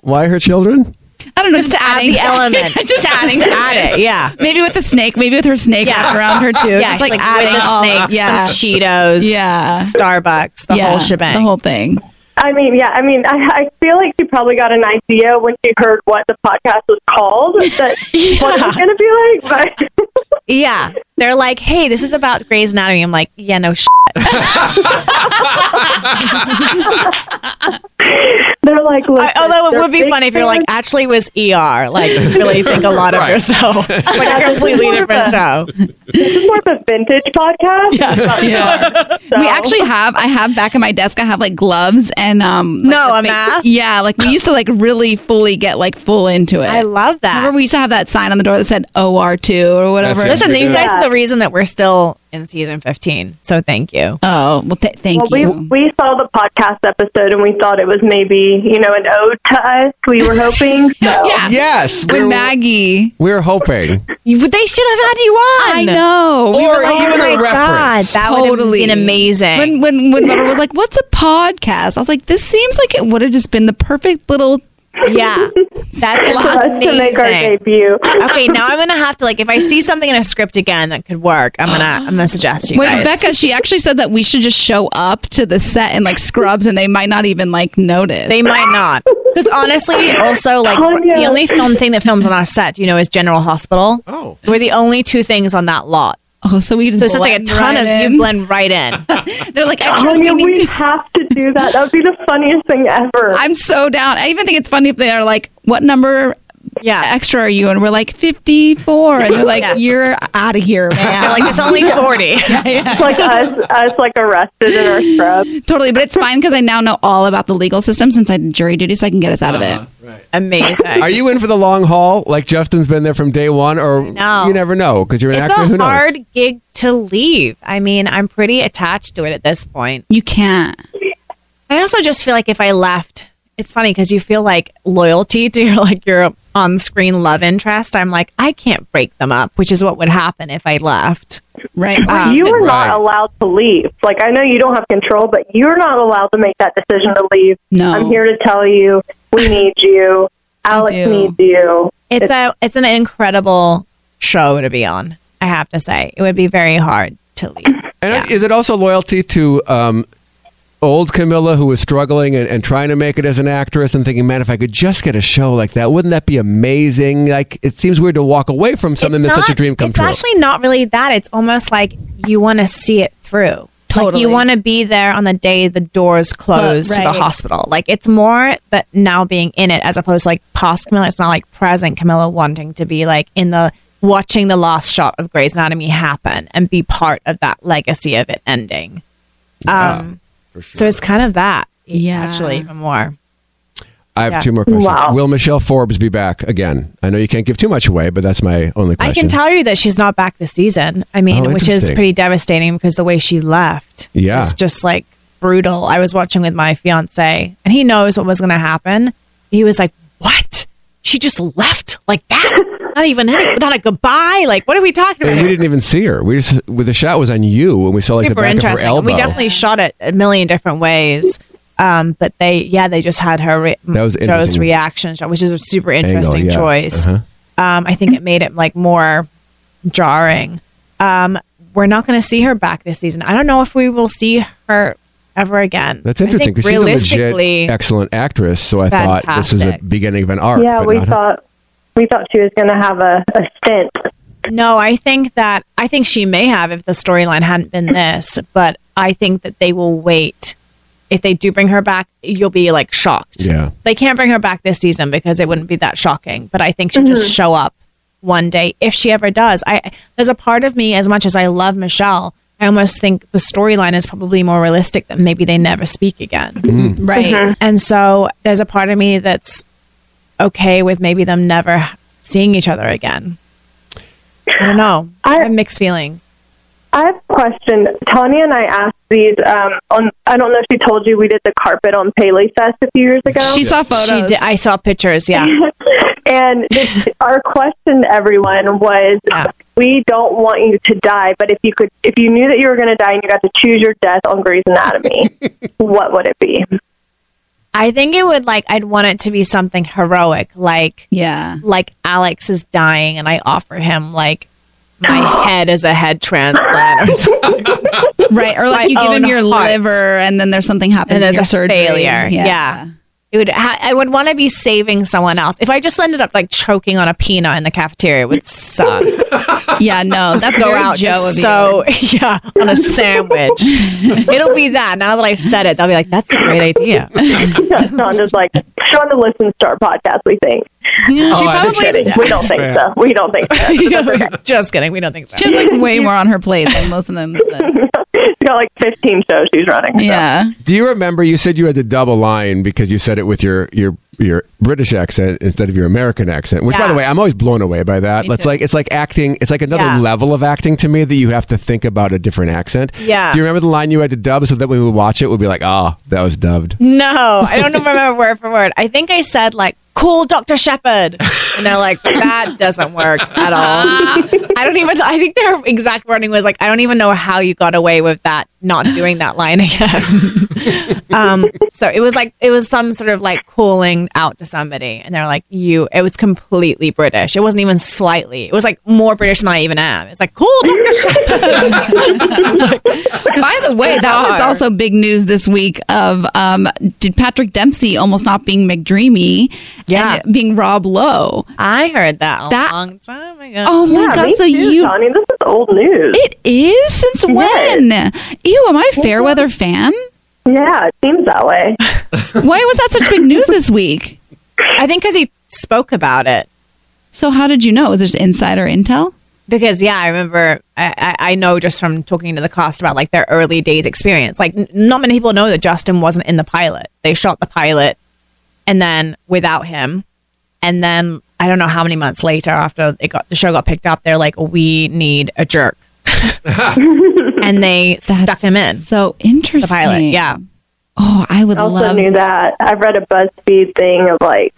[SPEAKER 4] Why her children?
[SPEAKER 1] I don't know.
[SPEAKER 7] Just to add
[SPEAKER 1] adding-
[SPEAKER 7] the element.
[SPEAKER 1] just,
[SPEAKER 7] Just
[SPEAKER 1] adding
[SPEAKER 7] to add it, yeah.
[SPEAKER 1] Maybe with the snake. Maybe with her snake wrapped around her too.
[SPEAKER 7] Yeah,
[SPEAKER 1] Just,
[SPEAKER 7] she's like, with the
[SPEAKER 1] all-
[SPEAKER 7] snakes,
[SPEAKER 1] yeah,
[SPEAKER 7] some Cheetos,
[SPEAKER 1] Yeah.
[SPEAKER 7] Starbucks, the
[SPEAKER 1] yeah,
[SPEAKER 7] whole shebang.
[SPEAKER 1] The whole thing.
[SPEAKER 8] I mean, yeah, I mean, I, I feel like she probably got an idea when she heard what the podcast was called that what it was going to be like, but.
[SPEAKER 7] yeah, they're like, hey, this is about Grey's Anatomy. I'm like, yeah, no shit.
[SPEAKER 8] They're like, listen,
[SPEAKER 7] I, although
[SPEAKER 8] they're
[SPEAKER 7] it would be
[SPEAKER 8] big
[SPEAKER 7] funny if you're like,
[SPEAKER 8] fans.
[SPEAKER 7] actually, it was ER. Like, you really think a lot of
[SPEAKER 4] Right.
[SPEAKER 7] yourself. like a
[SPEAKER 8] this is
[SPEAKER 7] completely
[SPEAKER 8] more of
[SPEAKER 7] different
[SPEAKER 8] a-
[SPEAKER 7] show.
[SPEAKER 8] this is more of a vintage podcast. About
[SPEAKER 1] Yeah.
[SPEAKER 8] so-
[SPEAKER 1] We actually have. I have back in my desk. I have like gloves and um. like,
[SPEAKER 7] No,
[SPEAKER 1] the
[SPEAKER 7] a
[SPEAKER 1] fa-
[SPEAKER 7] mask?
[SPEAKER 1] Yeah, like we used to like really fully get like full into it.
[SPEAKER 7] I love that.
[SPEAKER 1] Remember, we used to have that sign on the door that said OR two or whatever.
[SPEAKER 4] That's it.
[SPEAKER 7] Listen, you guys
[SPEAKER 8] Yeah.
[SPEAKER 7] are the reason that we're still in season 15. So thank you.
[SPEAKER 1] Oh well, th- thank
[SPEAKER 8] well,
[SPEAKER 1] you.
[SPEAKER 8] we, we saw the podcast episode and we thought it was maybe, you know, an ode to us. We were hoping. So.
[SPEAKER 1] yeah.
[SPEAKER 4] Yes.
[SPEAKER 1] When
[SPEAKER 4] we're,
[SPEAKER 1] Maggie.
[SPEAKER 4] we're hoping.
[SPEAKER 7] You- they should have had you on.
[SPEAKER 1] I know. We
[SPEAKER 4] or
[SPEAKER 1] were like,
[SPEAKER 4] even
[SPEAKER 7] Oh my
[SPEAKER 4] a reference.
[SPEAKER 7] God, that
[SPEAKER 1] Totally.
[SPEAKER 7] would have been amazing.
[SPEAKER 1] when when when Robert was like, "What's a podcast?" I was like, "This seems like it would have just been the perfect little."
[SPEAKER 7] yeah, that's
[SPEAKER 8] For us
[SPEAKER 7] amazing.
[SPEAKER 8] to make our debut.
[SPEAKER 7] okay, now I'm gonna have to like if I see something in a script again that could work, I'm gonna I'm gonna suggest you
[SPEAKER 1] Wait,
[SPEAKER 7] guys.
[SPEAKER 1] Becca, she actually said that we should just show up to the set in like scrubs, and they might not even like notice.
[SPEAKER 7] They might not. Because honestly, also like
[SPEAKER 1] Oh,
[SPEAKER 8] Tanya.
[SPEAKER 7] the only film thing that films on our set, you know, is General Hospital.
[SPEAKER 4] Oh.
[SPEAKER 7] We're the only two things on that lot.
[SPEAKER 1] oh, so we just
[SPEAKER 7] So it's just like a
[SPEAKER 1] blend
[SPEAKER 7] ton
[SPEAKER 1] right
[SPEAKER 7] of
[SPEAKER 1] in.
[SPEAKER 7] you blend right in.
[SPEAKER 1] They're like extras.
[SPEAKER 8] Tanya,
[SPEAKER 1] we need
[SPEAKER 8] we
[SPEAKER 1] you."
[SPEAKER 8] have to do that. That would be the funniest thing ever.
[SPEAKER 1] I'm so down. I even think it's funny if they are like, "What number
[SPEAKER 7] Yeah.
[SPEAKER 1] extra are you?" And we're like, "54," and they're like,
[SPEAKER 7] Yeah.
[SPEAKER 1] "You're out of here, man."
[SPEAKER 7] They're like it's only forty.
[SPEAKER 8] It's like us, us like arrested in our scrub.
[SPEAKER 1] Totally, but it's fine because I now know all about the legal system since I did jury duty, so I can get us out of it.
[SPEAKER 7] Amazing.
[SPEAKER 4] Are you in for the long haul? Like Justin's been there from day one, or
[SPEAKER 7] know.
[SPEAKER 4] you never know because you're an
[SPEAKER 7] it's
[SPEAKER 4] actor. Who
[SPEAKER 7] a
[SPEAKER 4] knows?
[SPEAKER 7] hard gig to leave. I mean, I'm pretty attached to it at this point.
[SPEAKER 1] You can't.
[SPEAKER 7] I also just feel like if I left, it's funny because you feel like loyalty to your like your on-screen love interest. I'm like, I can't break them up, which is what would happen if I left.
[SPEAKER 1] Right.
[SPEAKER 8] Well, you are
[SPEAKER 4] Right.
[SPEAKER 8] not allowed to leave. Like I know you don't have control, but you're not allowed to make that decision to leave.
[SPEAKER 1] No.
[SPEAKER 8] I'm here to tell you, we need you. Alex
[SPEAKER 1] do.
[SPEAKER 8] needs you.
[SPEAKER 7] It's a it's an incredible show to be on. I have to say, it would be very hard to leave.
[SPEAKER 4] And is it also loyalty to um, old Camilla, who was struggling and, and trying to make it as an actress and thinking, man, if I could just get a show like that, wouldn't that be amazing? Like, it seems weird to walk away from something
[SPEAKER 7] It's
[SPEAKER 4] that's such a
[SPEAKER 7] not-
[SPEAKER 4] dream come
[SPEAKER 7] it's
[SPEAKER 4] true.
[SPEAKER 7] actually not really that. It's almost like you want to see it through. Like
[SPEAKER 1] Totally.
[SPEAKER 7] you want to be there on the day the doors close
[SPEAKER 1] But-
[SPEAKER 7] to
[SPEAKER 1] right.
[SPEAKER 7] the hospital. Like it's more that now being in it as opposed to like past Camilla. It's not like present Camilla wanting to be like in the watching the last shot of Grey's Anatomy happen and be part of that legacy of it ending. Um, So it's kind of that.
[SPEAKER 1] Yeah.
[SPEAKER 7] Actually, even more.
[SPEAKER 4] I have
[SPEAKER 7] yeah.
[SPEAKER 4] two more questions.
[SPEAKER 8] Wow.
[SPEAKER 4] Will Michelle Forbes be back again? I know you can't give too much away, but that's my only question.
[SPEAKER 7] I can tell you that she's not back this season. I mean,
[SPEAKER 4] Oh,
[SPEAKER 7] which is
[SPEAKER 4] interesting.
[SPEAKER 7] pretty devastating because the way she left
[SPEAKER 4] Yeah.
[SPEAKER 7] is just like brutal. I was watching with my fiance and he knows what was going to happen. He was like, What? She she just left like that. Not even any, not a goodbye. Like, what are we talking about?
[SPEAKER 4] And we
[SPEAKER 7] here?
[SPEAKER 4] didn't even see her. We just with the shot was on you, and we saw like the
[SPEAKER 7] Super
[SPEAKER 4] back of her
[SPEAKER 7] interesting.
[SPEAKER 4] elbow.
[SPEAKER 7] And we definitely shot it a million different ways. Um, but they, yeah, they just had her re-
[SPEAKER 4] That was
[SPEAKER 7] Joe's
[SPEAKER 4] interesting.
[SPEAKER 7] reaction shot, which is a super interesting
[SPEAKER 4] Angle, yeah.
[SPEAKER 7] choice.
[SPEAKER 4] Uh-huh.
[SPEAKER 7] Um, I think it made it like more jarring. Um, we're not going to see her back this season. I don't know if we will see her ever again.
[SPEAKER 4] That's
[SPEAKER 7] I think
[SPEAKER 4] interesting because she's a
[SPEAKER 7] realistically-
[SPEAKER 4] legit excellent actress. So I thought this is a
[SPEAKER 7] fantastic.
[SPEAKER 4] beginning of an arc.
[SPEAKER 8] yeah,
[SPEAKER 4] but
[SPEAKER 8] we
[SPEAKER 4] not-
[SPEAKER 8] thought we thought she was going to have a, a stint.
[SPEAKER 7] No, I think that I think she may have if the storyline hadn't been this, but I think that they will wait. If they do bring her back, you'll be like shocked.
[SPEAKER 4] Yeah.
[SPEAKER 7] They can't bring her back this season because it wouldn't be that shocking, but I think she'll just
[SPEAKER 8] Mhm.
[SPEAKER 7] show up one day if she ever does. I there's a part of me as much as I love Michelle, I almost think the storyline is probably more realistic that maybe they never speak again.
[SPEAKER 1] Right. Mhm.
[SPEAKER 7] And so there's a part of me that's okay with maybe them never seeing each other again. I don't know. I, have mixed feelings.
[SPEAKER 8] I have a question. Tanya and I asked these um, on. I don't know if she told you we did the carpet on Paley Fest a few years ago.
[SPEAKER 7] She did, I saw pictures. Yeah.
[SPEAKER 8] and this, our question to everyone was we don't want you to die but if you could if you knew that you were going to die and you got to choose your death on Grey's Anatomy what would it be
[SPEAKER 7] I think it would like I'd want it to be something heroic, like
[SPEAKER 1] yeah,
[SPEAKER 7] like Alex is dying, and I offer him like my head as a head transplant or something.
[SPEAKER 1] right. Or like
[SPEAKER 7] My
[SPEAKER 1] you give him
[SPEAKER 7] own
[SPEAKER 1] your
[SPEAKER 7] heart.
[SPEAKER 1] liver, and then there's something happens.
[SPEAKER 7] and
[SPEAKER 1] in
[SPEAKER 7] there's
[SPEAKER 1] your
[SPEAKER 7] a
[SPEAKER 1] surgery.
[SPEAKER 7] failure. Yeah. It would ha- I would want to be saving someone else. If I just ended up like choking on a peanut in the cafeteria, it would suck.
[SPEAKER 1] Yeah, no,
[SPEAKER 7] Just
[SPEAKER 1] that's
[SPEAKER 7] go
[SPEAKER 1] very
[SPEAKER 7] out
[SPEAKER 1] Joe
[SPEAKER 7] just
[SPEAKER 1] of you.
[SPEAKER 7] so yeah on a sandwich. It'll be that. Now that I've said it, they'll be like, "That's a great idea."
[SPEAKER 8] Tanya's like she on the listens to our podcast we think
[SPEAKER 1] she
[SPEAKER 8] Just kidding. we don't think so we don't think so
[SPEAKER 7] Just kidding. We don't think so.
[SPEAKER 1] She has like way more on her plate than most of them.
[SPEAKER 8] she's got like 15 shows she's running so.
[SPEAKER 1] Yeah.
[SPEAKER 4] Do you remember you said you had to double line because you said it with your your your British accent instead of your American accent? Which, by the
[SPEAKER 7] Yeah.
[SPEAKER 4] way, I'm always blown away by that. It's like it's like acting. It's like another
[SPEAKER 7] Yeah.
[SPEAKER 4] level of acting to me that you have to think about a different accent.
[SPEAKER 7] Yeah.
[SPEAKER 4] Do you remember the line you had to dub so that when we would watch it, we'd be like, ah, that was dubbed.
[SPEAKER 7] No, I don't remember word for word. I think I said like, "Cool, Doctor Shepard," and they're like, "That doesn't work at all." I don't even. I think their exact wording was like, "I don't even know how you got away with that, not doing that line again." um, so it was like it was some sort of like calling out to somebody, and they're like, "You." It was completely British. It wasn't even slightly. It was like more British than I even am. It's like, "Cool, Doctor Shepard."
[SPEAKER 1] By the way, that was
[SPEAKER 7] Bizarre.
[SPEAKER 1] also big news this week of um, did Patrick Dempsey almost not being McDreamy
[SPEAKER 7] Yeah.
[SPEAKER 1] and being Rob Lowe.
[SPEAKER 7] I heard that a
[SPEAKER 1] That-
[SPEAKER 7] long time ago.
[SPEAKER 1] Oh my
[SPEAKER 8] Yeah,
[SPEAKER 1] gosh,
[SPEAKER 8] me
[SPEAKER 1] so
[SPEAKER 8] too,
[SPEAKER 1] you
[SPEAKER 8] Tanya. this is old news
[SPEAKER 1] it is since when? Ew, am I a Fairweather fan?
[SPEAKER 8] yeah it seems that way
[SPEAKER 1] Why was that such big news this week?
[SPEAKER 7] I think because he spoke about it.
[SPEAKER 1] So how did you know? Was there insider intel?
[SPEAKER 7] Because yeah, I remember. I, I, I know just from talking to the cast about like their early days experience. Like, n- not many people know that Justin wasn't in the pilot. They shot the pilot, and then without him, and then I don't know how many months later after it got the show got picked up, they're like, we need a jerk, and they stuck him in
[SPEAKER 1] So
[SPEAKER 7] the
[SPEAKER 1] interesting.
[SPEAKER 7] pilot. Yeah.
[SPEAKER 1] Oh, I would
[SPEAKER 8] I also
[SPEAKER 1] love
[SPEAKER 8] knew that I've read a BuzzFeed thing of like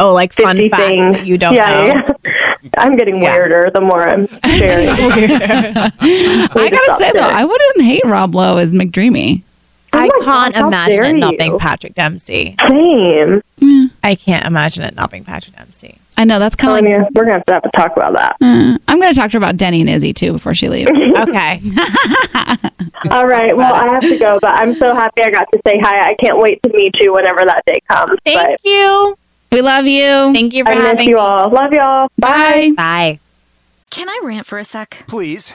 [SPEAKER 7] Oh, like
[SPEAKER 8] 50
[SPEAKER 7] fun facts
[SPEAKER 8] things
[SPEAKER 7] that you don't
[SPEAKER 8] yeah,
[SPEAKER 7] know.
[SPEAKER 8] yeah. I'm getting
[SPEAKER 7] Yeah.
[SPEAKER 8] weirder the more I'm sharing
[SPEAKER 1] I gotta say though, I wouldn't hate Rob Lowe as McDreamy.
[SPEAKER 8] Oh
[SPEAKER 7] I
[SPEAKER 8] my
[SPEAKER 7] can't
[SPEAKER 8] God, how
[SPEAKER 7] imagine
[SPEAKER 8] dare
[SPEAKER 7] it not
[SPEAKER 8] you.
[SPEAKER 7] being Patrick Dempsey.
[SPEAKER 8] Same.
[SPEAKER 7] I can't imagine it not being Patrick Dempsey.
[SPEAKER 1] I know that's kind of like
[SPEAKER 8] Tanya, we're gonna have to have a talk about that.
[SPEAKER 1] uh, I'm gonna talk to her about Denny and Izzy too before she leaves.
[SPEAKER 7] Okay.
[SPEAKER 8] All right. Well, I have to go, but I'm so happy I got to say hi. I can't wait to meet you whenever that day comes.
[SPEAKER 7] Thank you.
[SPEAKER 1] we love you.
[SPEAKER 7] Thank you
[SPEAKER 8] but
[SPEAKER 7] for
[SPEAKER 8] I miss
[SPEAKER 7] having
[SPEAKER 8] you
[SPEAKER 7] me.
[SPEAKER 8] all. Love y'all.
[SPEAKER 1] Bye.
[SPEAKER 7] Bye.
[SPEAKER 9] Can I rant for a sec?
[SPEAKER 10] Please.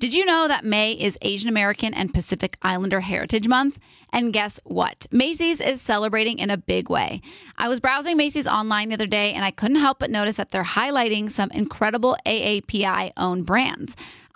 [SPEAKER 1] Did you know that May is Asian American and Pacific Islander Heritage Month? And guess what? Macy's is celebrating in a big way. I was browsing Macy's online the other day and I couldn't help but notice that they're highlighting some incredible AAPI owned brands.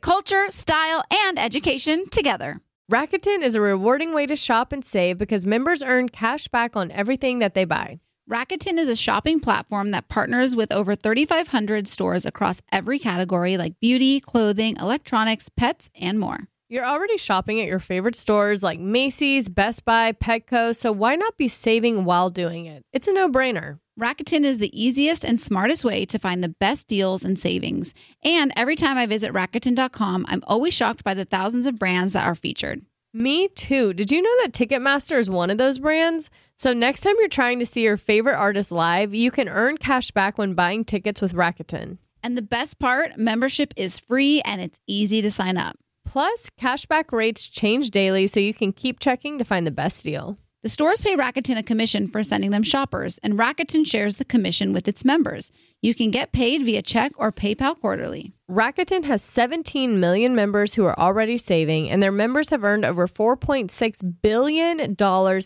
[SPEAKER 1] culture, style, and education together.
[SPEAKER 2] Rakuten is a rewarding way to shop and save because members earn cash back on everything that they buy.
[SPEAKER 1] Rakuten is a shopping platform that partners with over 3,500 stores across every category like beauty, clothing, electronics, pets, and more.
[SPEAKER 2] You're already shopping at your favorite stores like Macy's, Best Buy, Petco, so why not be saving while doing it? It's a no brainer.
[SPEAKER 1] Rakuten is the easiest and smartest way to find the best deals and savings. And every time I visit Rakuten.com, I'm always shocked by the thousands of brands that are featured.
[SPEAKER 2] Me too. Did you know that Ticketmaster is one of those brands? So next time you're trying to see your favorite artist live, you can earn cash back when buying tickets with Rakuten.
[SPEAKER 1] And the best part membership is free and it's easy to sign up.
[SPEAKER 2] Plus, cashback rates change daily, so you can keep checking to find the best deal.
[SPEAKER 1] The stores pay Rakuten a commission for sending them shoppers, and Rakuten shares the commission with its members. You can get paid via check or PayPal quarterly.
[SPEAKER 2] Rakuten has 17 million members who are already saving, and their members have earned over $4.6 billion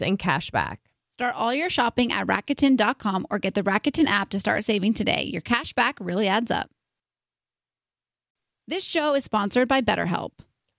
[SPEAKER 2] in cash back.
[SPEAKER 1] Start all your shopping at Rakuten.com or get the Rakuten app to start saving today. Your cash back really adds up. This show is sponsored by BetterHelp.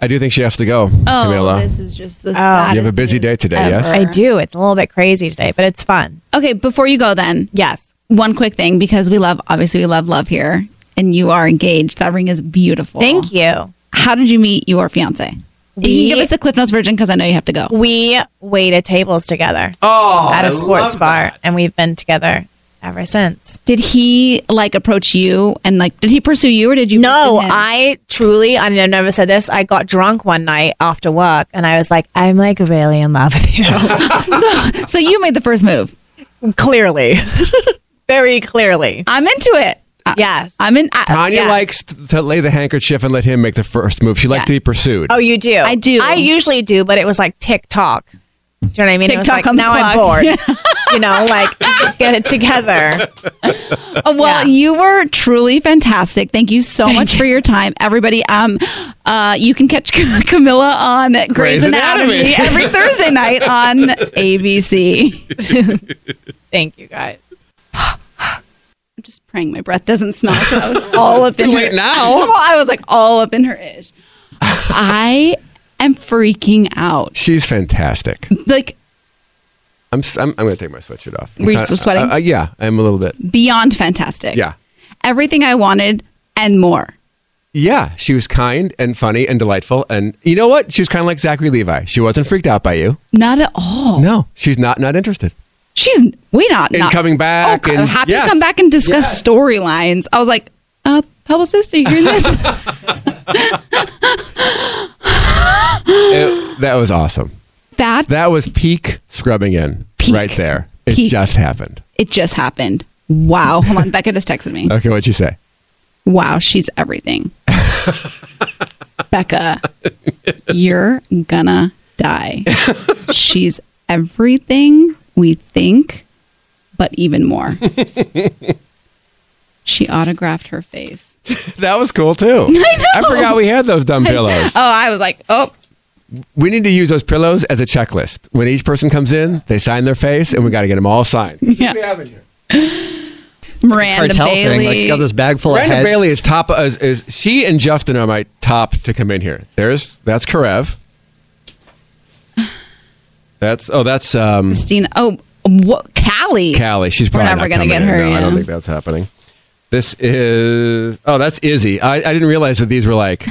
[SPEAKER 4] I do think she has to go. Oh, Camila.
[SPEAKER 1] is just the
[SPEAKER 4] you have a busy day today, yes?
[SPEAKER 7] I do. It's a little bit crazy today, but it's fun.
[SPEAKER 1] Okay, before you go then.
[SPEAKER 7] Yes.
[SPEAKER 1] One quick thing because we love obviously we love love here and you are engaged. That ring is beautiful.
[SPEAKER 7] Thank you.
[SPEAKER 1] How did you meet your fiance? you
[SPEAKER 7] We-
[SPEAKER 1] can give us the Cliff Notes version because I know you have to go.
[SPEAKER 7] We waited tables together.
[SPEAKER 4] Oh,
[SPEAKER 7] at
[SPEAKER 1] I
[SPEAKER 7] a sports
[SPEAKER 1] love
[SPEAKER 7] bar, and we've been together ever since.
[SPEAKER 1] Did he like approach you and like did he pursue you or did you
[SPEAKER 7] No, I truly, I know- never said this. I got drunk one night after work, and I was like, I'm like really in love with you.
[SPEAKER 1] so, so you made the first move.
[SPEAKER 7] Clearly, very clearly.
[SPEAKER 1] I'm into it.
[SPEAKER 7] Yes.
[SPEAKER 1] I'm in. I,
[SPEAKER 4] Tanya
[SPEAKER 7] yes.
[SPEAKER 4] likes t- to lay the handkerchief and let him make the first move. She likes to be pursued.
[SPEAKER 7] Oh, you do? I
[SPEAKER 1] do.
[SPEAKER 7] I usually do, but it was like TikTok. Do you know what I mean? It was
[SPEAKER 1] TikTok
[SPEAKER 7] like,
[SPEAKER 1] on the
[SPEAKER 7] now I'm
[SPEAKER 1] clock.
[SPEAKER 7] bored. you know, like get it together.
[SPEAKER 1] Uh, well, you were truly fantastic. Thank you so much for your time, everybody. Um, uh, you can catch Camilla on Grey's,
[SPEAKER 7] Grey's
[SPEAKER 1] Anatomy,
[SPEAKER 7] Anatomy.
[SPEAKER 1] every Thursday night on ABC.
[SPEAKER 7] Thank you guys.
[SPEAKER 1] I'm just praying my breath doesn't smell. So I was all up in
[SPEAKER 7] Too late
[SPEAKER 1] her.
[SPEAKER 7] now.
[SPEAKER 1] Well, I was like all up in her ish. I am freaking out.
[SPEAKER 4] She's fantastic.
[SPEAKER 1] Like
[SPEAKER 4] I'm, s- I'm, I'm going to take my sweatshirt off.
[SPEAKER 1] Were you still sweating?
[SPEAKER 4] Uh, uh, yeah, I'm a little bit.
[SPEAKER 1] beyond fantastic.
[SPEAKER 4] Yeah.
[SPEAKER 1] Everything I wanted and more.
[SPEAKER 4] Yeah, she was kind and funny and delightful. And you know what? She was kind of like Zachary Levi. She wasn't freaked out by you.
[SPEAKER 1] Not at all.
[SPEAKER 4] No, she's not not interested.
[SPEAKER 1] She's we not
[SPEAKER 4] In
[SPEAKER 1] Oh. not
[SPEAKER 4] coming back
[SPEAKER 1] Oh, co-
[SPEAKER 4] and-
[SPEAKER 1] happy
[SPEAKER 4] yes.
[SPEAKER 1] to come back and discuss storylines. I was like, uh, publicist, are you hearing this?
[SPEAKER 4] It- that was awesome.
[SPEAKER 1] That
[SPEAKER 4] That was peak scrubbing in right there. It
[SPEAKER 1] Peak.
[SPEAKER 4] just happened.
[SPEAKER 1] it just happened. Wow. Hold on, Becca just texted me.
[SPEAKER 4] Okay, what'd you say?
[SPEAKER 1] Wow, she's everything. Becca, you're gonna die. She's everything we think, but even more. She autographed her face.
[SPEAKER 4] That was cool too. I, forgot we had those dumb
[SPEAKER 1] Oh,
[SPEAKER 4] pillows.
[SPEAKER 1] I was like, oh,
[SPEAKER 4] We need to use those pillows as a checklist. When each person comes in, they sign their face, and we got to get them all signed.
[SPEAKER 1] Mm. yeah. Miranda
[SPEAKER 6] cartel thing, like,
[SPEAKER 1] Bailey.
[SPEAKER 6] you got this bag full
[SPEAKER 4] Miranda
[SPEAKER 6] of heads.
[SPEAKER 4] Bailey is top. Is, is she and Justin are my top to come in here? There's that's Karev. That's oh that's um
[SPEAKER 1] Christina. Oh, what? Callie.
[SPEAKER 4] Callie. She's
[SPEAKER 1] We're never
[SPEAKER 4] probably not
[SPEAKER 1] gonna get
[SPEAKER 4] coming in.
[SPEAKER 1] her,
[SPEAKER 4] No, I don't
[SPEAKER 1] yeah.
[SPEAKER 4] think that's happening. This is oh that's Izzy. I, I didn't realize that these were like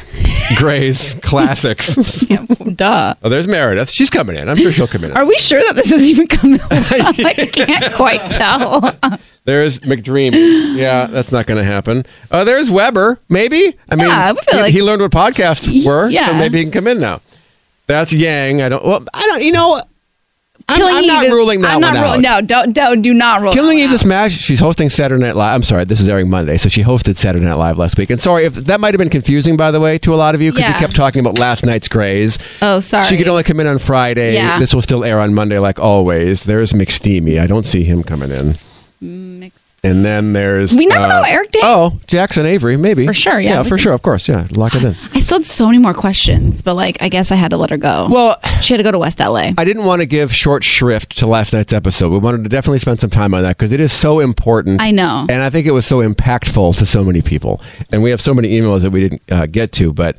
[SPEAKER 4] Gray's classics.
[SPEAKER 1] Duh.
[SPEAKER 4] Oh, there's Meredith. She's coming in. I'm sure she'll come in.
[SPEAKER 1] Are we sure that this is even coming? up? I can't quite tell.
[SPEAKER 4] There's McDreamy. Yeah, that's not going to happen. Uh, there's Weber. Maybe. I mean,
[SPEAKER 1] Yeah, I feel
[SPEAKER 4] he,
[SPEAKER 1] like-
[SPEAKER 4] he learned what podcasts were.
[SPEAKER 1] yeah.
[SPEAKER 4] So maybe he can come in now. That's Yang. I don't. Well, I don't. You know, I'm,
[SPEAKER 1] Killing
[SPEAKER 4] I'm
[SPEAKER 1] Eve
[SPEAKER 4] not
[SPEAKER 1] is-
[SPEAKER 4] ruling that
[SPEAKER 1] I'm not
[SPEAKER 4] one
[SPEAKER 1] ru-
[SPEAKER 4] out.
[SPEAKER 1] No, don't, don't, do not roll.
[SPEAKER 4] Killing Eve to Smash. She's hosting Saturday Night Live. I'm sorry, this is airing Monday, so she hosted Saturday Night Live last week. And sorry if that might have been confusing, by the way, to a lot of you because
[SPEAKER 1] Yeah.
[SPEAKER 4] we kept talking about last night's Grays.
[SPEAKER 1] Oh, sorry.
[SPEAKER 4] She could only come in on Friday.
[SPEAKER 1] Yeah.
[SPEAKER 4] This will still air on Monday, like always. There's McSteamy. I don't see him coming in. And then there's
[SPEAKER 1] We never know Eric Day.
[SPEAKER 4] Oh, Jackson Avery, maybe
[SPEAKER 1] For sure, yeah.
[SPEAKER 4] yeah, for sure, of course, yeah. Lock it in.
[SPEAKER 1] I still had so many more questions, but like, I guess I had to let her go.
[SPEAKER 4] Well,
[SPEAKER 1] she had to go to West LA.
[SPEAKER 4] I didn't want to give short shrift to last night's episode. We wanted to definitely spend some time on that because it is so important.
[SPEAKER 1] I know.
[SPEAKER 4] And I think it was so impactful to so many people. And we have so many emails that we didn't uh, get to, but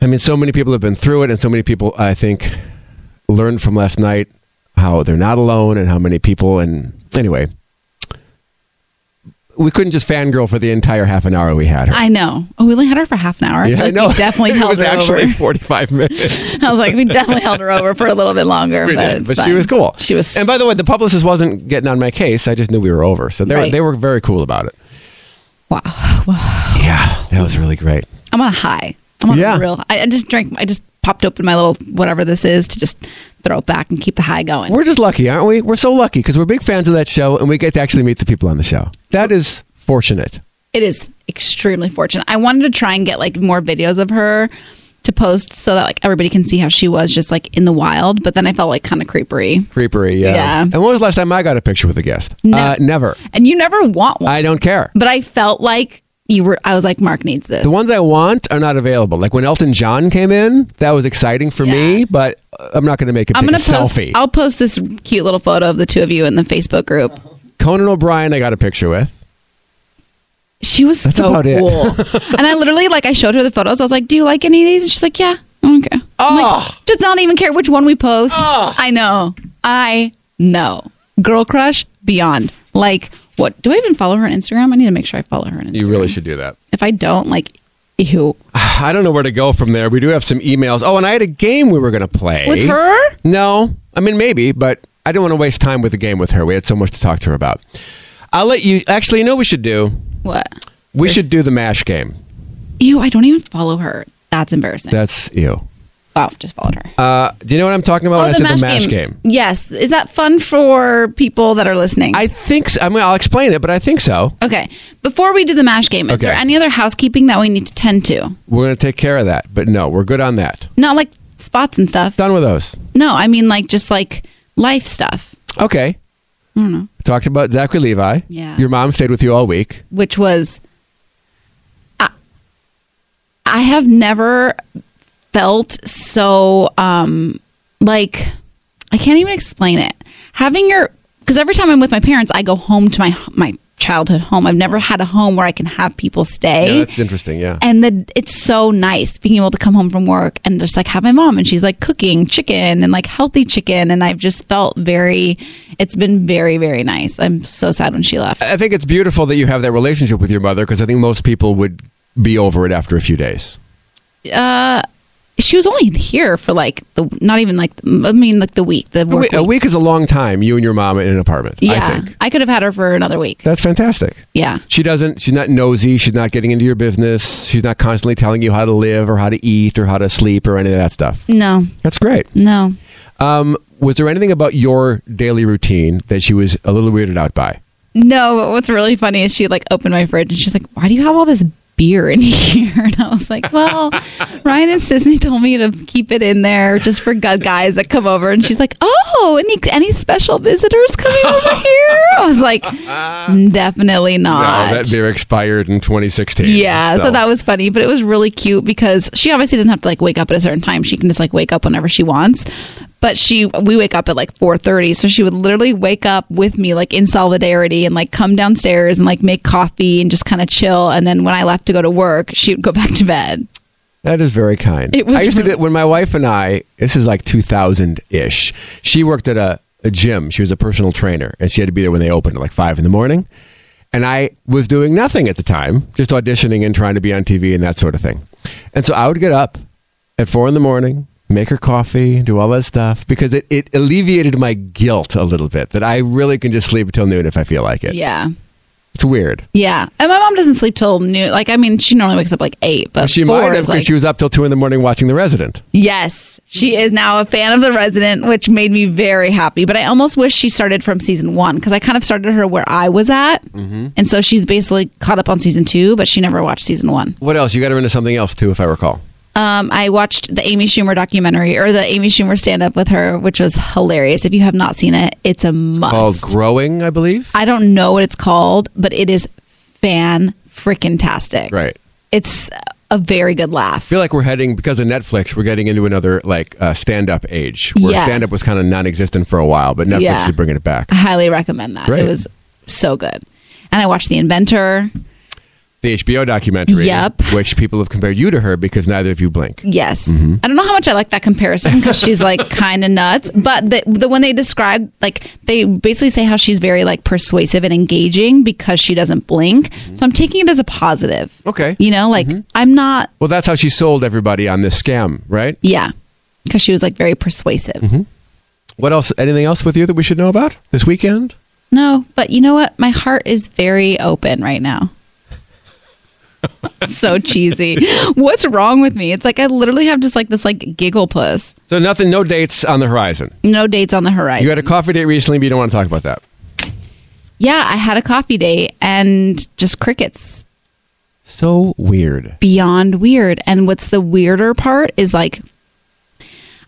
[SPEAKER 4] I mean, so many people have been through it, and so many people, I think, learned from last night how they're not alone and how many people. And anyway, we couldn't just fangirl for the entire half an hour we had her.
[SPEAKER 1] I know. Oh, we only had her for half an hour. I feel like We definitely
[SPEAKER 4] it
[SPEAKER 1] held
[SPEAKER 4] was
[SPEAKER 1] her
[SPEAKER 4] actually
[SPEAKER 1] over.
[SPEAKER 4] 45 minutes.
[SPEAKER 1] I was like, we definitely held her over for a little bit longer,
[SPEAKER 4] We
[SPEAKER 1] but,
[SPEAKER 4] did,
[SPEAKER 1] it's
[SPEAKER 4] but she
[SPEAKER 1] fine.
[SPEAKER 4] was cool.
[SPEAKER 1] She was.
[SPEAKER 4] And by the way, the publicist wasn't getting on my case. I just knew we were over, so they were,
[SPEAKER 1] Right.
[SPEAKER 4] they were very cool about it.
[SPEAKER 1] wow,
[SPEAKER 4] Yeah, that was really great.
[SPEAKER 1] I'm on a high. I'm on
[SPEAKER 4] Yeah.
[SPEAKER 1] a real. I, I just drank. I just popped open my little whatever this is to just throw it back and keep the high going.
[SPEAKER 4] We're just lucky, aren't we? We're so lucky because we're big fans of that show, and we get to actually meet the people on the show. That is fortunate.
[SPEAKER 1] It is extremely fortunate. I wanted to try and get like more videos of her to post so that like everybody can see how she was just like in the wild, but then I felt like kind of creepery.
[SPEAKER 4] Creepery, yeah.
[SPEAKER 1] Yeah.
[SPEAKER 4] And when was the last time I got a picture with a guest? Uh, never.
[SPEAKER 1] And you never want one.
[SPEAKER 4] I don't care.
[SPEAKER 1] but I felt like you were I was like Mark needs this.
[SPEAKER 4] The ones I want are not available. Like when Elton John came in, that was exciting for me, but uh, I'm not going to make a,
[SPEAKER 1] I'm
[SPEAKER 4] take
[SPEAKER 1] going
[SPEAKER 4] a
[SPEAKER 1] to post
[SPEAKER 4] selfie.
[SPEAKER 1] I'll post this cute little photo of the two of you in the Facebook group.
[SPEAKER 4] Conan O'Brien, I got a picture with.
[SPEAKER 1] She was
[SPEAKER 4] That's
[SPEAKER 1] so
[SPEAKER 4] about it.
[SPEAKER 1] cool. and I literally like I showed her the photos. I was like, "Do you like any of these?" And she's like, "Yeah." Okay. Oh. Does not even care which one we post. I know. I know. Girl crush beyond. Like what? Do I even follow her on Instagram? I need to make sure I follow her on Instagram.
[SPEAKER 4] You really should do that.
[SPEAKER 1] If I don't, like, ew.
[SPEAKER 4] I don't know where to go from there. We do have some emails. Oh, and I had a game we were going to play.
[SPEAKER 1] With her?
[SPEAKER 4] No. I mean, maybe, but I didn't want to waste time with the game with her. We had so much to talk to her about. I'll let you. Actually, you know what we should do?
[SPEAKER 1] What?
[SPEAKER 4] We should do the MASH game.
[SPEAKER 1] Ew. I don't even follow her. That's embarrassing.
[SPEAKER 4] That's you.
[SPEAKER 1] wow. Just followed her. Oh,
[SPEAKER 4] Uh, do you know what I'm talking about when I said the MASH game?
[SPEAKER 1] Yes. Is that fun for people that are listening?
[SPEAKER 4] I think so. I mean, I'll explain it, but I think so.
[SPEAKER 1] okay. Before we do the mash game, is
[SPEAKER 4] Okay.
[SPEAKER 1] there any other housekeeping that we need to tend to?
[SPEAKER 4] We're going to take care of that. But no, we're good on that.
[SPEAKER 1] Not like spots and stuff.
[SPEAKER 4] Done with those.
[SPEAKER 1] No, I mean like just like life stuff,
[SPEAKER 4] Okay. Talked about Zachary Levi.
[SPEAKER 1] Mm-hmm. Yeah.
[SPEAKER 4] Your mom stayed with you all week.
[SPEAKER 1] which was I, I have never felt so um like I can't even explain it. Having your cuz every time I'm with my parents, I go home to my my childhood home. I've never had a home where I can have people stay.
[SPEAKER 4] Yeah, that's interesting. Yeah.
[SPEAKER 1] and the, it's so nice being able to come home from work and just like have my mom and she's like cooking chicken and like healthy chicken and i've just felt very it's been very very nice i'm so sad when she left
[SPEAKER 4] I think it's beautiful that you have that relationship with your mother because I think most people would be over it after a few days?
[SPEAKER 1] Uh, she was only here for like the not even like I mean like the week. The
[SPEAKER 4] A
[SPEAKER 1] work
[SPEAKER 4] week, a
[SPEAKER 1] week.
[SPEAKER 4] week is a long time. You and your mom in an apartment. I
[SPEAKER 1] Yeah,
[SPEAKER 4] think
[SPEAKER 1] I, could have had her for another week.
[SPEAKER 4] that's fantastic.
[SPEAKER 1] Yeah.
[SPEAKER 4] She doesn't. She's not nosy. She's not getting into your business. She's not constantly telling you how to live or how to eat or how to sleep or any of that stuff.
[SPEAKER 1] No.
[SPEAKER 4] That's great.
[SPEAKER 1] No.
[SPEAKER 4] Um, was there anything about your daily routine that she was a little weirded out by?
[SPEAKER 1] No, but what's really funny is she like opened my fridge and she's like, "Why do you have all this beer in here?" And I was like, "Well, Ryan and Sisney told me to keep it in there just for gu- guys that come over." And she's like, "Oh, any any special visitors coming over here?" I was like, "Definitely not."
[SPEAKER 4] No, that beer expired in 2016.
[SPEAKER 1] yeah, so that was funny, but it was really cute because she obviously doesn't have to like wake up at a certain time. She can just like wake up whenever she wants. But she, we wake up at like four thirty, so she would literally wake up with me like in solidarity and like come downstairs and like make coffee and just kind of chill. And then when I left to go to work, she would go back to bed.
[SPEAKER 4] That is very kind.
[SPEAKER 1] It was
[SPEAKER 4] I used to
[SPEAKER 1] really-
[SPEAKER 4] do when my wife and I. This is like 2000 ish. She worked at a, a gym. She was a personal trainer, and she had to be there when they opened at like five in the morning. And I was doing nothing at the time, just auditioning and trying to be on TV and that sort of thing. And so I would get up at four in the morning, make her coffee, do all that stuff because it, it alleviated my guilt a little bit that I really can just sleep till noon if I feel like it.
[SPEAKER 1] Yeah,
[SPEAKER 4] It's weird.
[SPEAKER 1] yeah. And my mom doesn't sleep till noon. Like I mean, she normally wakes up like eight, but
[SPEAKER 4] She
[SPEAKER 1] four
[SPEAKER 4] might have
[SPEAKER 1] is
[SPEAKER 4] because
[SPEAKER 1] like
[SPEAKER 4] she was up till two in the morning watching The Resident.
[SPEAKER 1] Yes, she is now a fan of The Resident, which made me very happy. But I almost wish she started from season one because I kind of started her where I was at.
[SPEAKER 4] Mhm.
[SPEAKER 1] And so she's basically caught up on season two, but she never watched season one.
[SPEAKER 4] What else? You got her into something else too, if I recall.
[SPEAKER 1] Um, I watched the Amy Schumer documentary or the Amy Schumer stand up with her, which was hilarious. If you have not seen it, it's a must.
[SPEAKER 4] Called growing, I believe.
[SPEAKER 1] I don't know what it's called, but it is fan freaking tastic.
[SPEAKER 4] Right.
[SPEAKER 1] It's a very good
[SPEAKER 4] I
[SPEAKER 1] laugh.
[SPEAKER 4] feel like we're heading because of Netflix. We're getting into another like uh, stand-up age where
[SPEAKER 1] Yeah.
[SPEAKER 4] stand-up was kind of non-existent for a while, but Netflix
[SPEAKER 1] Yeah.
[SPEAKER 4] is bringing it back.
[SPEAKER 1] I highly recommend that.
[SPEAKER 4] Great.
[SPEAKER 1] It was so good. And I watched The Inventor.
[SPEAKER 4] The HBO documentary,
[SPEAKER 1] Yep.
[SPEAKER 4] which people have compared you to her because neither of you blink.
[SPEAKER 1] Yes.
[SPEAKER 4] Mhm.
[SPEAKER 1] I don't know how much I like that comparison because she's like kind of nuts. But the, the one they describe, like they basically say how she's very like persuasive and engaging because she doesn't blink. So I'm taking it as a positive.
[SPEAKER 4] Okay.
[SPEAKER 1] You know, like I'm not,
[SPEAKER 4] Well, that's how she sold everybody on this scam, right?
[SPEAKER 1] yeah, because she was like very persuasive.
[SPEAKER 4] What else? Anything else with you that we should know about this weekend?
[SPEAKER 1] No, but you know what? My heart is very open right now. so cheesy. What's wrong with me? It's like I literally have just like this like giggle puss.
[SPEAKER 4] So nothing, no dates on the horizon.
[SPEAKER 1] No dates on the horizon.
[SPEAKER 4] You had a coffee date recently, but you don't want to talk about that.
[SPEAKER 1] yeah, I had a coffee date and just crickets.
[SPEAKER 4] So weird.
[SPEAKER 1] Beyond weird. And what's the weirder part is like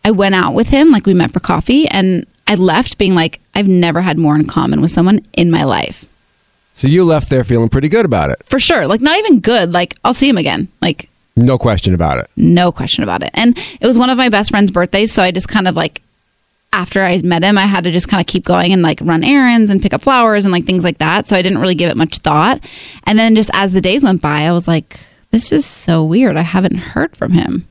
[SPEAKER 1] I went out with him, like we met for coffee, and I left being like, I've never had more in common with someone in my life.
[SPEAKER 4] So you left there feeling pretty good about it.
[SPEAKER 1] For sure. Like not even good. Like I'll see him again. Like
[SPEAKER 4] No question about it.
[SPEAKER 1] No question about it. And it was one of my best friend's birthdays, so I just kind of like after I met him, I had to just kind of keep going and like run errands and pick up flowers and like things like that. So I didn't really give it much thought. And then just as the days went by, I was like, this is so weird. I haven't heard from him.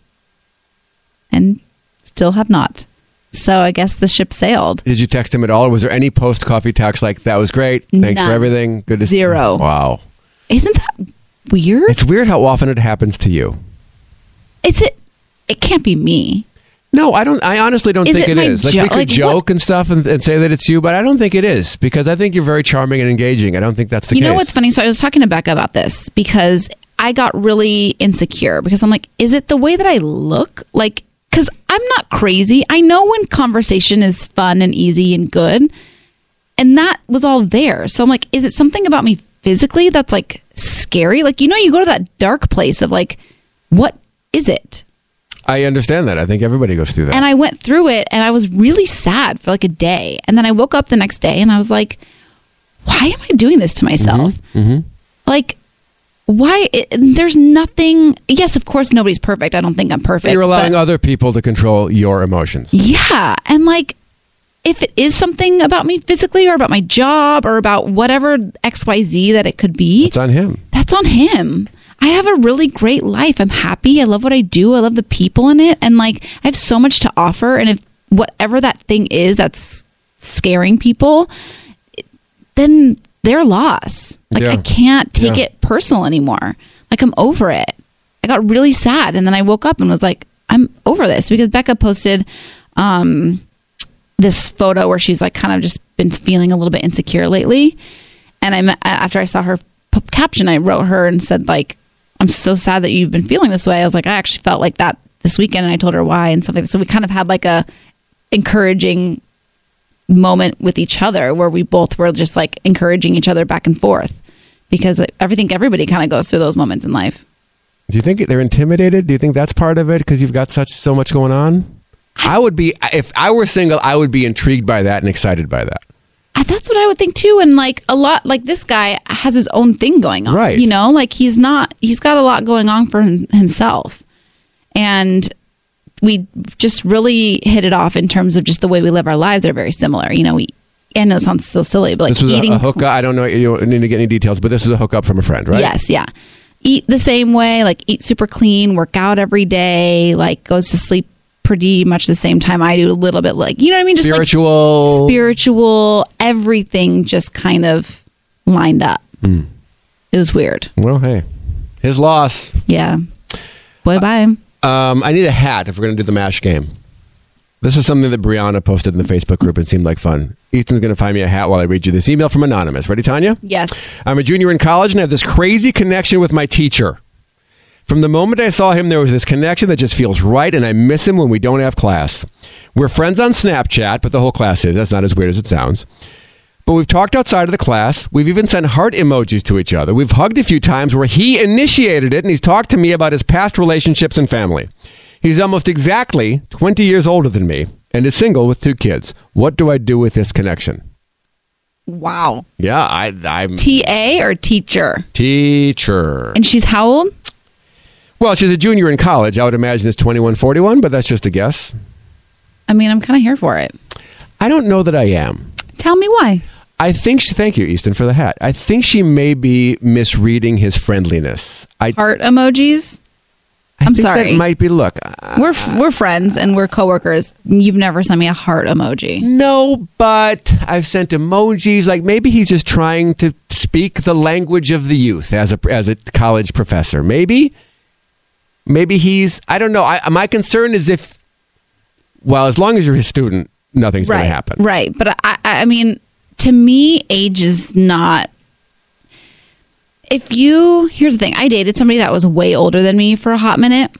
[SPEAKER 1] And still have not. So I guess the ship sailed.
[SPEAKER 4] Did you text him at all? Was there any post coffee text like that was great? Thanks
[SPEAKER 1] None.
[SPEAKER 4] for everything. Good to see
[SPEAKER 1] Zero.
[SPEAKER 4] Wow.
[SPEAKER 1] Isn't that weird?
[SPEAKER 4] It's weird how often it happens to you.
[SPEAKER 1] It's it it can't be me.
[SPEAKER 4] No, I don't I honestly don't
[SPEAKER 1] Is
[SPEAKER 4] think
[SPEAKER 1] it
[SPEAKER 4] it
[SPEAKER 1] my
[SPEAKER 4] is. Like
[SPEAKER 1] jo-
[SPEAKER 4] we could
[SPEAKER 1] like, what-
[SPEAKER 4] joke and stuff and, and say that it's you, but I don't think it is because I think you're very charming and engaging. I don't think that's the
[SPEAKER 1] you
[SPEAKER 4] case.
[SPEAKER 1] know what's funny? So I was talking to Becca about this because I got really insecure because I'm like, is it the way that I look? Like, because I'm not crazy. I know when conversation is fun and easy and good. And that was all there. So I'm like, is it something about me physically that's like scary? Like, you know, you go to that dark place of like, what is it?
[SPEAKER 4] I understand that. I think everybody goes through that.
[SPEAKER 1] And I went through it and I was really sad for like a day. And then I woke up the next day and I was like, why am I doing this to myself?
[SPEAKER 4] Mhm.
[SPEAKER 1] like why it, there's nothing yes of course nobody's perfect i don't think i'm perfect
[SPEAKER 4] You're allowing
[SPEAKER 1] but-
[SPEAKER 4] other people to control your emotions.
[SPEAKER 1] yeah and like if it is something about me physically or about my job or about whatever xyz that it could be
[SPEAKER 4] It's on him.
[SPEAKER 1] that's on him i have a really great life i'm happy i love what i do i love the people in it and like i have so much to offer and if whatever that thing is that's scaring people then their loss like
[SPEAKER 4] Yeah.
[SPEAKER 1] i can't take
[SPEAKER 4] Yeah.
[SPEAKER 1] it personal anymore Like I'm over it. I got really sad and then I woke up and was like, I'm over this because Becca posted um this photo where she's like kind of just been feeling a little bit insecure lately. And I'm after I saw her p- caption, I wrote her and said like, "I'm so sad that you've been feeling this way." I was like, "I actually felt like that this weekend," and I told her why and stuff like that. So we kind of had like a encouraging moment with each other where we both were just like encouraging each other back and forth because I I think everybody kind of goes through those moments in life.
[SPEAKER 4] Do you think they're intimidated? Do you think that's part of it because you've got such so much going on? I would be if I were single. I would be intrigued by that and excited by that.
[SPEAKER 1] I, that's what I would think too. And like a lot, like this guy has his own thing going on,
[SPEAKER 4] Right.
[SPEAKER 1] You know, like he's not, he's got a lot going on for him, himself. And we just really hit it off in terms of just the way we live our lives are very similar. You know, we, I know it sounds so silly, but like
[SPEAKER 4] this was
[SPEAKER 1] eating
[SPEAKER 4] a, a hookup. I don't know. You don't need to get any details, but this is a hookup from a friend, right?
[SPEAKER 1] Yes, yeah. Eat the same way, like eat super clean, work out every day, like goes to sleep pretty much the same time I do, a little bit like, you know what I mean? Just like,
[SPEAKER 4] Spiritual.
[SPEAKER 1] spiritual, everything just kind of lined up.
[SPEAKER 4] Hmm.
[SPEAKER 1] It was weird.
[SPEAKER 4] Well, hey, his loss.
[SPEAKER 1] Yeah. Boy, bye.
[SPEAKER 4] Um, I need a hat if we're going to do the mash game. This is something that Brianna posted in the Facebook group and seemed like fun. Ethan's going to find me a hat while I read you this email from Anonymous. Ready, Tanya?
[SPEAKER 1] Yes.
[SPEAKER 4] I'm a junior in college and have this crazy connection with my teacher. From the moment I saw him, there was this connection that just feels right, and I miss him when we don't have class. We're friends on Snapchat, but the whole class is. That's not as weird as it sounds. But we've talked outside of the class. We've even sent heart emojis to each other. We've hugged a few times where he initiated it, and he's talked to me about his past relationships and family. He's almost exactly 20 years older than me and is single with two kids. What do I do with this connection?
[SPEAKER 1] Wow.
[SPEAKER 4] Yeah, I, I'm
[SPEAKER 1] TA or teacher?
[SPEAKER 4] teacher.
[SPEAKER 1] And she's how old?
[SPEAKER 4] Well, she's a junior in college. I would imagine it's 2141, but that's just a guess.
[SPEAKER 1] I mean, I'm kind of here for it.
[SPEAKER 4] I don't know that I am.
[SPEAKER 1] Tell me why.
[SPEAKER 4] I think she, thank you, Easton, for the hat. I think she may be misreading his friendliness. I,
[SPEAKER 1] Heart emojis?
[SPEAKER 4] I
[SPEAKER 1] I'm
[SPEAKER 4] think
[SPEAKER 1] sorry.
[SPEAKER 4] That might be, look, uh, I-
[SPEAKER 1] We're we're friends and we're coworkers. You've never sent me a heart emoji.
[SPEAKER 4] no, but I've sent emojis. Like maybe he's just trying to speak the language of the youth as a, as a college professor. Maybe, maybe he's, I don't know. I, my concern is if, well, as long as you're his student, nothing's going to happen.
[SPEAKER 1] Right. But I, I I mean, to me, age is not. If you, here's the thing I dated somebody that was way older than me for a hot minute,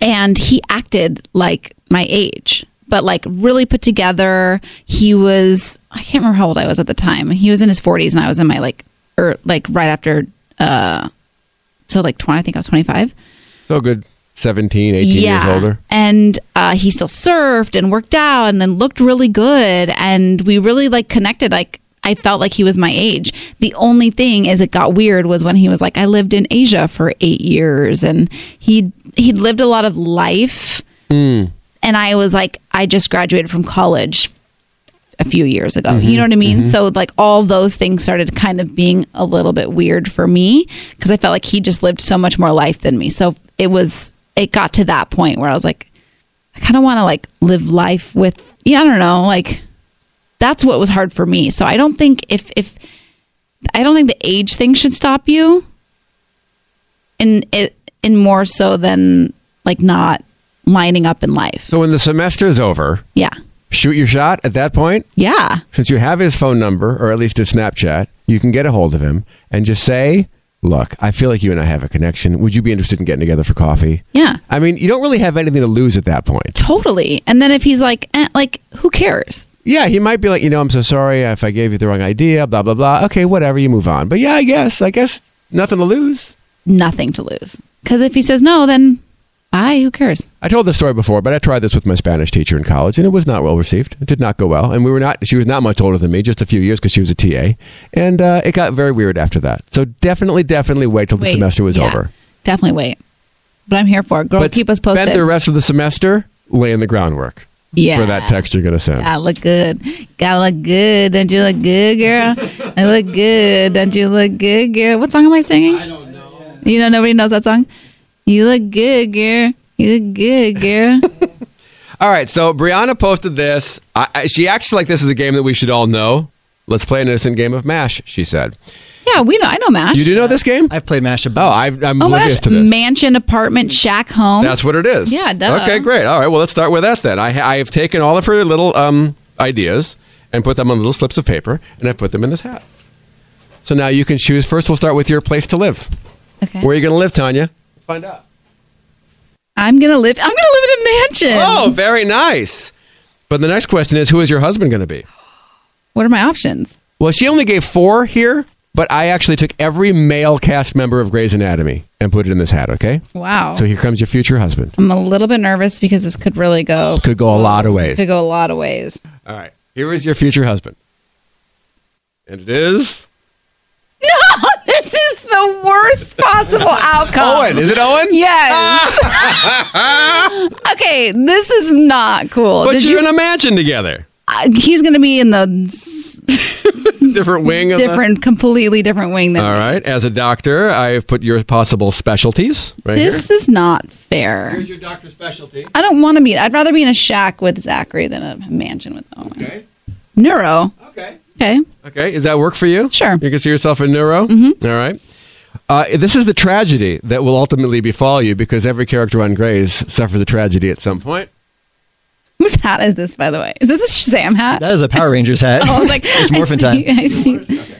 [SPEAKER 1] and he acted like my age, but like really put together. He was, I can't remember how old I was at the time. He was in his 40s, and I was in my like, or like right after, uh, so like 20, I think I was 25.
[SPEAKER 4] So good 17, 18 years older.
[SPEAKER 1] And uh, he still surfed and worked out and then looked really good. And we really like connected. Like I felt like he was my age. The only thing is it got weird was when he was like, I lived in Asia for eight years and he he'd lived a lot of life.
[SPEAKER 4] Hmm.
[SPEAKER 1] And I was like, I just graduated from college a few years ago. You know what I mean? So like all those things started kind of being a little bit weird for me because I felt like he just lived so much more life than me. So it was it got to that point where I was like I kind of want to like live life with yeah, I don't know, like that's what was hard for me. So I don't think if if I don't think the age thing should stop you in it in more so than like not lining up in life.
[SPEAKER 4] So when the semester is over,
[SPEAKER 1] Yeah.
[SPEAKER 4] shoot your shot at that point.
[SPEAKER 1] Yeah.
[SPEAKER 4] Since you have his phone number, or at least his Snapchat, you can get a hold of him and just say, Look, I feel like you and I have a connection. Would you be interested in getting together for coffee?
[SPEAKER 1] Yeah.
[SPEAKER 4] I mean, you don't really have anything to lose at that point.
[SPEAKER 1] Totally. And then if he's like, eh, like, who cares?
[SPEAKER 4] Yeah, he might be like, You know, I'm so sorry if I gave you the wrong idea, blah, blah, blah. Okay, whatever, you move on. But yeah, I guess, I guess nothing to lose.
[SPEAKER 1] Nothing to lose. Because if he says no, then bye. Who cares?
[SPEAKER 4] I told this story before, but I tried this with my Spanish teacher in college, and it was not well received. It did not go well, and we were not. She was not much older than me, just a few years, because she was a TA, and uh, it got very weird after that. So definitely, definitely wait till the
[SPEAKER 1] Wait,
[SPEAKER 4] semester was
[SPEAKER 1] yeah.
[SPEAKER 4] over.
[SPEAKER 1] Definitely wait. But I'm here for it. Girl,
[SPEAKER 4] but
[SPEAKER 1] keep us
[SPEAKER 4] Spend
[SPEAKER 1] posted.
[SPEAKER 4] the rest of the semester laying the groundwork
[SPEAKER 1] yeah.
[SPEAKER 4] for that text you're going to send.
[SPEAKER 1] Gotta look good. Gotta look good. Don't you look good, girl? I look good. Don't you look good, girl? What song am I singing? I don't know. You know, nobody knows that song? You look good, girl. You look good, girl.
[SPEAKER 4] All right, so Brianna posted this. I, I, she acts like this is a game that we should all know. Let's play an innocent game of MASH, she said.
[SPEAKER 1] Yeah, we know. I know MASH.
[SPEAKER 4] You do know this game?
[SPEAKER 6] I've played MASH. Oh,
[SPEAKER 4] I, I'm
[SPEAKER 1] oh,
[SPEAKER 4] oblivious
[SPEAKER 1] MASH.
[SPEAKER 4] to this.
[SPEAKER 1] Mansion, apartment, shack, home.
[SPEAKER 4] That's what it is.
[SPEAKER 1] Yeah, duh.
[SPEAKER 4] Okay, great. All right, well, let's start with that then. I, I have taken all of her little um, ideas and put them on little slips of paper, and I put them in this hat. So now you can choose. First, we'll start with your place to live. Okay. Where are you going to live, Tanya? Find out.
[SPEAKER 1] I'm gonna live. I'm gonna live in a mansion.
[SPEAKER 4] Oh, very nice. But the next question is, who is your husband going to be?
[SPEAKER 1] What are my options?
[SPEAKER 4] Well, she only gave four here, but I actually took every male cast member of Grey's Anatomy and put it in this hat. Okay.
[SPEAKER 1] Wow.
[SPEAKER 4] So here comes your future husband.
[SPEAKER 1] I'm a little bit nervous because this could really go.
[SPEAKER 4] Could go a lot of ways.
[SPEAKER 1] Could go a lot of ways.
[SPEAKER 4] All right. Here is your future husband, and it is
[SPEAKER 1] No, this is the worst possible outcome.
[SPEAKER 4] Owen. Is it Owen?
[SPEAKER 1] Yes. okay, this is not cool.
[SPEAKER 4] But
[SPEAKER 1] Did
[SPEAKER 4] you're in a mansion together.
[SPEAKER 1] Uh, he's going to be in the
[SPEAKER 4] Different wing of the-
[SPEAKER 1] different, completely different wing than
[SPEAKER 4] All right. As a doctor, I've put your possible specialties right
[SPEAKER 1] this
[SPEAKER 4] here.
[SPEAKER 1] is not fair.
[SPEAKER 4] Here's your doctor's specialty.
[SPEAKER 1] I don't want to be. I'd rather be in a shack with Zachary than a mansion with Owen.
[SPEAKER 4] Okay.
[SPEAKER 1] Neuro.
[SPEAKER 4] Okay.
[SPEAKER 1] Okay.
[SPEAKER 4] Okay. Does that work for you?
[SPEAKER 1] Sure.
[SPEAKER 4] You can see yourself in neuro. Mm-hmm. All right. Uh, this is the tragedy that will ultimately befall you because every character on Grey's suffers a tragedy at some point.
[SPEAKER 1] Whose hat is this, by the way? Is this a Shazam hat?
[SPEAKER 6] That is a Power Rangers hat.
[SPEAKER 1] Oh, I was like
[SPEAKER 6] it's morphin
[SPEAKER 1] I see,
[SPEAKER 6] time.
[SPEAKER 1] I see.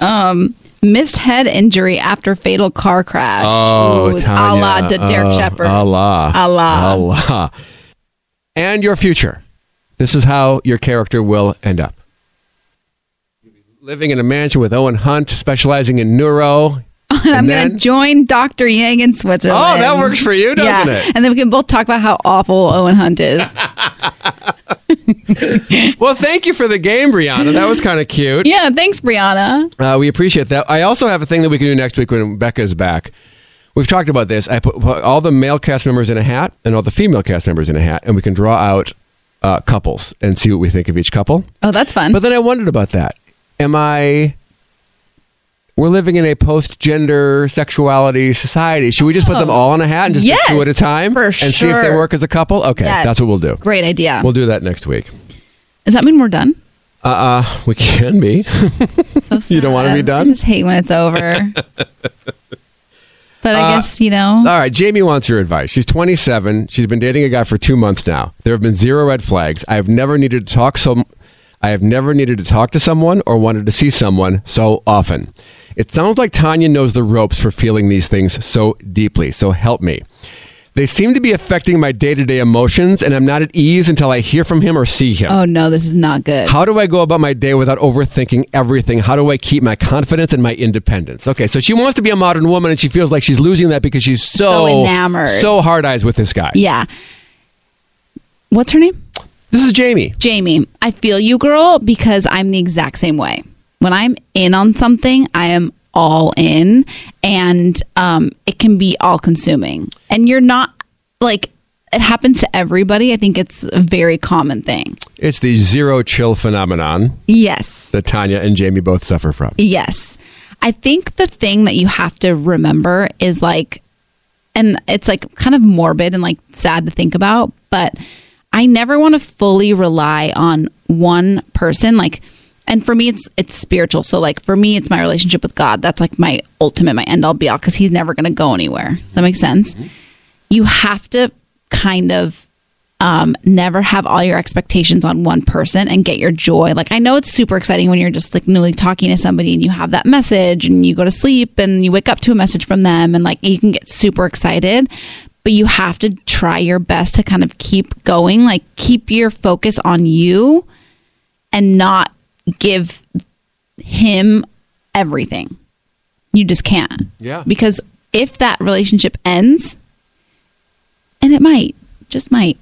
[SPEAKER 1] Um, missed head injury after fatal car crash.
[SPEAKER 4] Oh,
[SPEAKER 1] Ooh, a
[SPEAKER 4] Tanya.
[SPEAKER 1] la to Derek
[SPEAKER 4] Oh,
[SPEAKER 1] Shepherd.
[SPEAKER 4] Allah.
[SPEAKER 1] Allah.
[SPEAKER 4] Allah. And your future. This is how your character will end up. Living in a mansion with Owen Hunt, specializing in neuro.
[SPEAKER 1] And I'm
[SPEAKER 4] And
[SPEAKER 1] going to
[SPEAKER 4] then-
[SPEAKER 1] join Dr. Yang in Switzerland.
[SPEAKER 4] Oh, that works for you, doesn't
[SPEAKER 1] yeah.
[SPEAKER 4] it?
[SPEAKER 1] And then we can both talk about how awful Owen Hunt is.
[SPEAKER 4] Well, thank you for the game, Brianna. That was kind of cute.
[SPEAKER 1] yeah, thanks, Brianna.
[SPEAKER 4] Uh, we appreciate that. I also have a thing that we can do next week when Becca's back. We've talked about this. I put, put all the male cast members in a hat and all the female cast members in a hat, and we can draw out uh, couples and see what we think of each couple.
[SPEAKER 1] Oh, that's fun.
[SPEAKER 4] But then I wondered about that. Am I. We're living in a post gender sexuality society. Should we just put them all in a hat and just
[SPEAKER 1] Oh. Yes,
[SPEAKER 4] pick two at a time
[SPEAKER 1] for
[SPEAKER 4] and see if they
[SPEAKER 1] sure.
[SPEAKER 4] work as a couple? Okay,
[SPEAKER 1] Yes.
[SPEAKER 4] that's what we'll do.
[SPEAKER 1] Great idea.
[SPEAKER 4] We'll do that next week.
[SPEAKER 1] Does that mean we're done?
[SPEAKER 4] Uh, uh we can be.
[SPEAKER 1] So
[SPEAKER 4] You don't wanna
[SPEAKER 1] sad.
[SPEAKER 4] be done?
[SPEAKER 1] I just hate when it's over. but I
[SPEAKER 4] Uh,
[SPEAKER 1] guess, you know.
[SPEAKER 4] All right, Jamie wants your advice. She's 27. She's been dating a guy for two months now. There have been zero red flags. I have never needed to talk some. I have never needed to talk to someone or wanted to see someone so often. It sounds like Tanya knows the ropes for feeling these things so deeply. So help me. They seem to be affecting my day to day emotions, and I'm not at ease until I hear from him or see him.
[SPEAKER 1] Oh, no, this is not good.
[SPEAKER 4] How do I go about my day without overthinking everything? How do I keep my confidence and my independence? Okay, so she wants to be a modern woman and she feels like she's losing that because she's
[SPEAKER 1] So
[SPEAKER 4] so,
[SPEAKER 1] enamored.
[SPEAKER 4] so hard eyes with this guy.
[SPEAKER 1] Yeah. What's her name?
[SPEAKER 4] This is Jamie.
[SPEAKER 1] Jamie, I feel you, girl, because I'm the exact same way. When I'm in on something, I am all in, and um, it can be all consuming. And you're not like it happens to everybody. I think it's a very common thing.
[SPEAKER 4] It's the zero chill phenomenon
[SPEAKER 1] Yes.
[SPEAKER 4] that Tanya and Jamie both suffer from.
[SPEAKER 1] Yes. I think the thing that you have to remember is like, and it's like kind of morbid and like sad to think about, but I never want to fully rely on one person. Like, and for me, it's it's spiritual. So like for me, it's my relationship with God. That's like my ultimate, my end all be all because He's never going to go anywhere. Does that make sense? You have to kind of um, never have all your expectations on one person and get your joy. Like I know it's super exciting when you're just like newly talking to somebody and you have that message and you go to sleep and you wake up to a message from them and like you can get super excited, but you have to try your best to kind of keep going, like keep your focus on you and not give him everything. You just can't.
[SPEAKER 4] Yeah.
[SPEAKER 1] Because if that relationship ends, and it might, just might,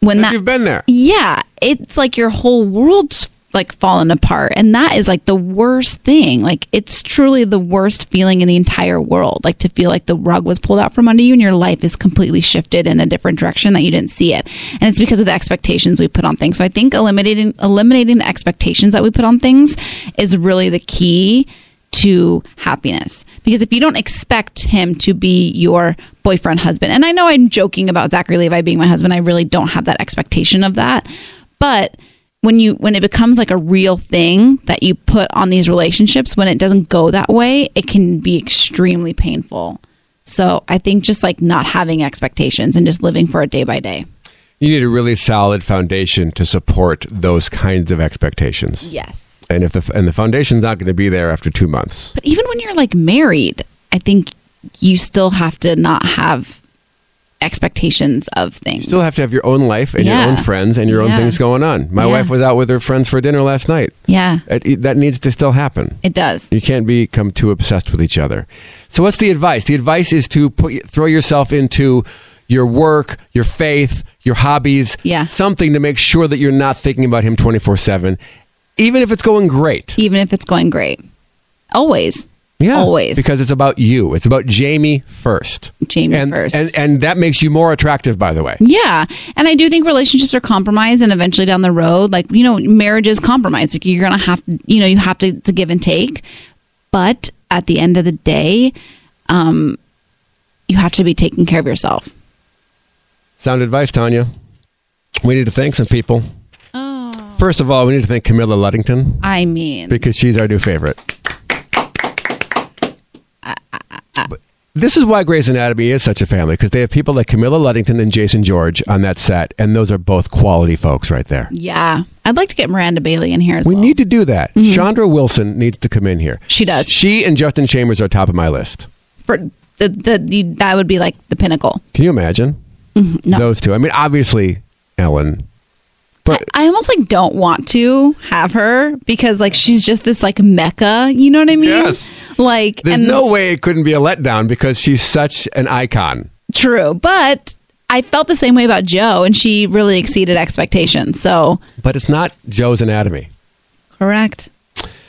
[SPEAKER 1] when
[SPEAKER 4] Because
[SPEAKER 1] that
[SPEAKER 4] you've been there.
[SPEAKER 1] yeah, it's like your whole world's like fallen apart. And that is like the worst thing. Like it's truly the worst feeling in the entire world. Like to feel like the rug was pulled out from under you and your life is completely shifted in a different direction that you didn't see it. And it's because of the expectations we put on things. So I think eliminating eliminating the expectations that we put on things is really the key to happiness because if you don't expect him to be your boyfriend husband and i know i'm joking about zachary levi being my husband i really don't have that expectation of that but when you when it becomes like a real thing that you put on these relationships when it doesn't go that way it can be extremely painful so i think just like not having expectations and just living for it day by day
[SPEAKER 4] You need a really solid foundation to support those kinds of expectations.
[SPEAKER 1] Yes.
[SPEAKER 4] And if the and the foundation's not going to be there after two months,
[SPEAKER 1] but even when you're like married i think you still have to not have expectations of things
[SPEAKER 4] you still have to have your own life and
[SPEAKER 1] Yeah.
[SPEAKER 4] your own friends and your own
[SPEAKER 1] Yeah.
[SPEAKER 4] things going on. My
[SPEAKER 1] Yeah.
[SPEAKER 4] wife was out with her friends for dinner last night.
[SPEAKER 1] yeah
[SPEAKER 4] It, that needs to still happen.
[SPEAKER 1] it does
[SPEAKER 4] You can't become too obsessed with each other. So what's the advice? The advice is to put throw yourself into your work, your faith, your hobbies,
[SPEAKER 1] Yeah.
[SPEAKER 4] something to make sure that you're not thinking about him 24/7, even if it's going great.
[SPEAKER 1] even if it's going great always
[SPEAKER 4] Yeah.
[SPEAKER 1] always
[SPEAKER 4] Because it's about you. It's about Jamie first.
[SPEAKER 1] Jamie
[SPEAKER 4] and,
[SPEAKER 1] first.
[SPEAKER 4] And and that makes you more attractive by the way.
[SPEAKER 1] Yeah. And I do think relationships are compromised and eventually down the road, like, you know, marriage is compromised. Like you're gonna have to you know, you have to, to give and take. But at the end of the day, um, you have to be taking care of yourself.
[SPEAKER 4] Sound advice, Tanya. We need to thank some people. Oh. First of all, we need to thank Camilla Luddington
[SPEAKER 1] I mean
[SPEAKER 4] because she's our new favorite. But This is why Grey's Anatomy is such a family because they have people like Camilla Luddington and Jason George on that set, and those are both quality folks right there.
[SPEAKER 1] Yeah. I'd like to get Miranda Bailey in here as
[SPEAKER 4] We
[SPEAKER 1] well. Mm-hmm.
[SPEAKER 4] need to do that. Chandra Wilson needs to come in here.
[SPEAKER 1] She does.
[SPEAKER 4] She and Justin Chambers are top of my list.
[SPEAKER 1] For the, the, the that would be like the pinnacle.
[SPEAKER 4] Can you imagine
[SPEAKER 1] Mhm. No.
[SPEAKER 4] those two? I mean, obviously Ellen, but
[SPEAKER 1] I almost like don't want to have her because like she's just this like mecca, you know what I mean?
[SPEAKER 4] Yes.
[SPEAKER 1] Like
[SPEAKER 4] there's
[SPEAKER 1] and
[SPEAKER 4] no way it couldn't be a letdown because she's such an icon.
[SPEAKER 1] True, but I felt the same way about Joe, and she really exceeded expectations. So
[SPEAKER 4] But it's not Joe's anatomy.
[SPEAKER 1] correct.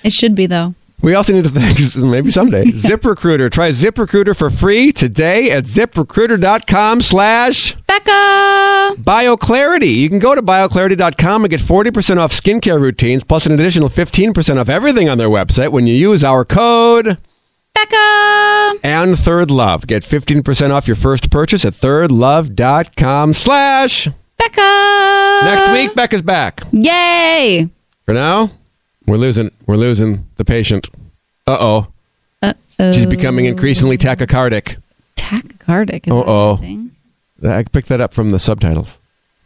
[SPEAKER 1] It should be though.
[SPEAKER 4] We also need to thank maybe someday ZipRecruiter. Try ZipRecruiter for free today at ZipRecruiter.com slash
[SPEAKER 1] Becca.
[SPEAKER 4] BioClarity. You can go to bioclarity.com and get 40% off skincare routines plus an additional 15% off everything on their website when you use our code
[SPEAKER 1] Becca.
[SPEAKER 4] and Third Love. Get 15% off your first purchase at thirdlove.com slash.
[SPEAKER 1] Becca.
[SPEAKER 4] Next week, Becca's back.
[SPEAKER 1] Yay.
[SPEAKER 4] For now, we're losing we're losing the patient. Uh-oh.
[SPEAKER 1] Uh-oh.
[SPEAKER 4] She's becoming
[SPEAKER 1] Um,
[SPEAKER 4] increasingly tachycardic.
[SPEAKER 1] tachycardic. Is
[SPEAKER 4] Uh-oh.
[SPEAKER 1] That a thing?
[SPEAKER 4] I picked that up from the subtitles.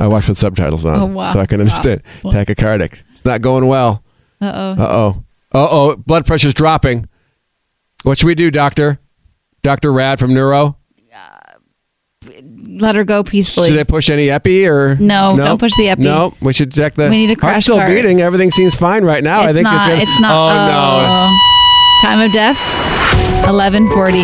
[SPEAKER 4] I watched with subtitles on,
[SPEAKER 1] Oh, wow.
[SPEAKER 4] so I can understand.
[SPEAKER 1] Wow.
[SPEAKER 4] Tachycardic. It's not going well.
[SPEAKER 1] Uh-oh.
[SPEAKER 4] Uh oh. Uh oh. Blood pressure's dropping. What should we do, doctor? Doctor Rad from Neuro.
[SPEAKER 1] Let her go peacefully.
[SPEAKER 4] Should I push any epi or
[SPEAKER 1] No, don't push the epi.
[SPEAKER 4] No, we should check the.
[SPEAKER 1] We need a
[SPEAKER 4] Heart's
[SPEAKER 1] crash
[SPEAKER 4] still
[SPEAKER 1] cart.
[SPEAKER 4] beating. Everything seems fine right now.
[SPEAKER 1] it's,
[SPEAKER 4] Oh, I think
[SPEAKER 1] not,
[SPEAKER 4] it's.
[SPEAKER 1] it's,
[SPEAKER 4] gonna-
[SPEAKER 1] not.
[SPEAKER 4] Oh,
[SPEAKER 1] oh. Time of death. Eleven forty.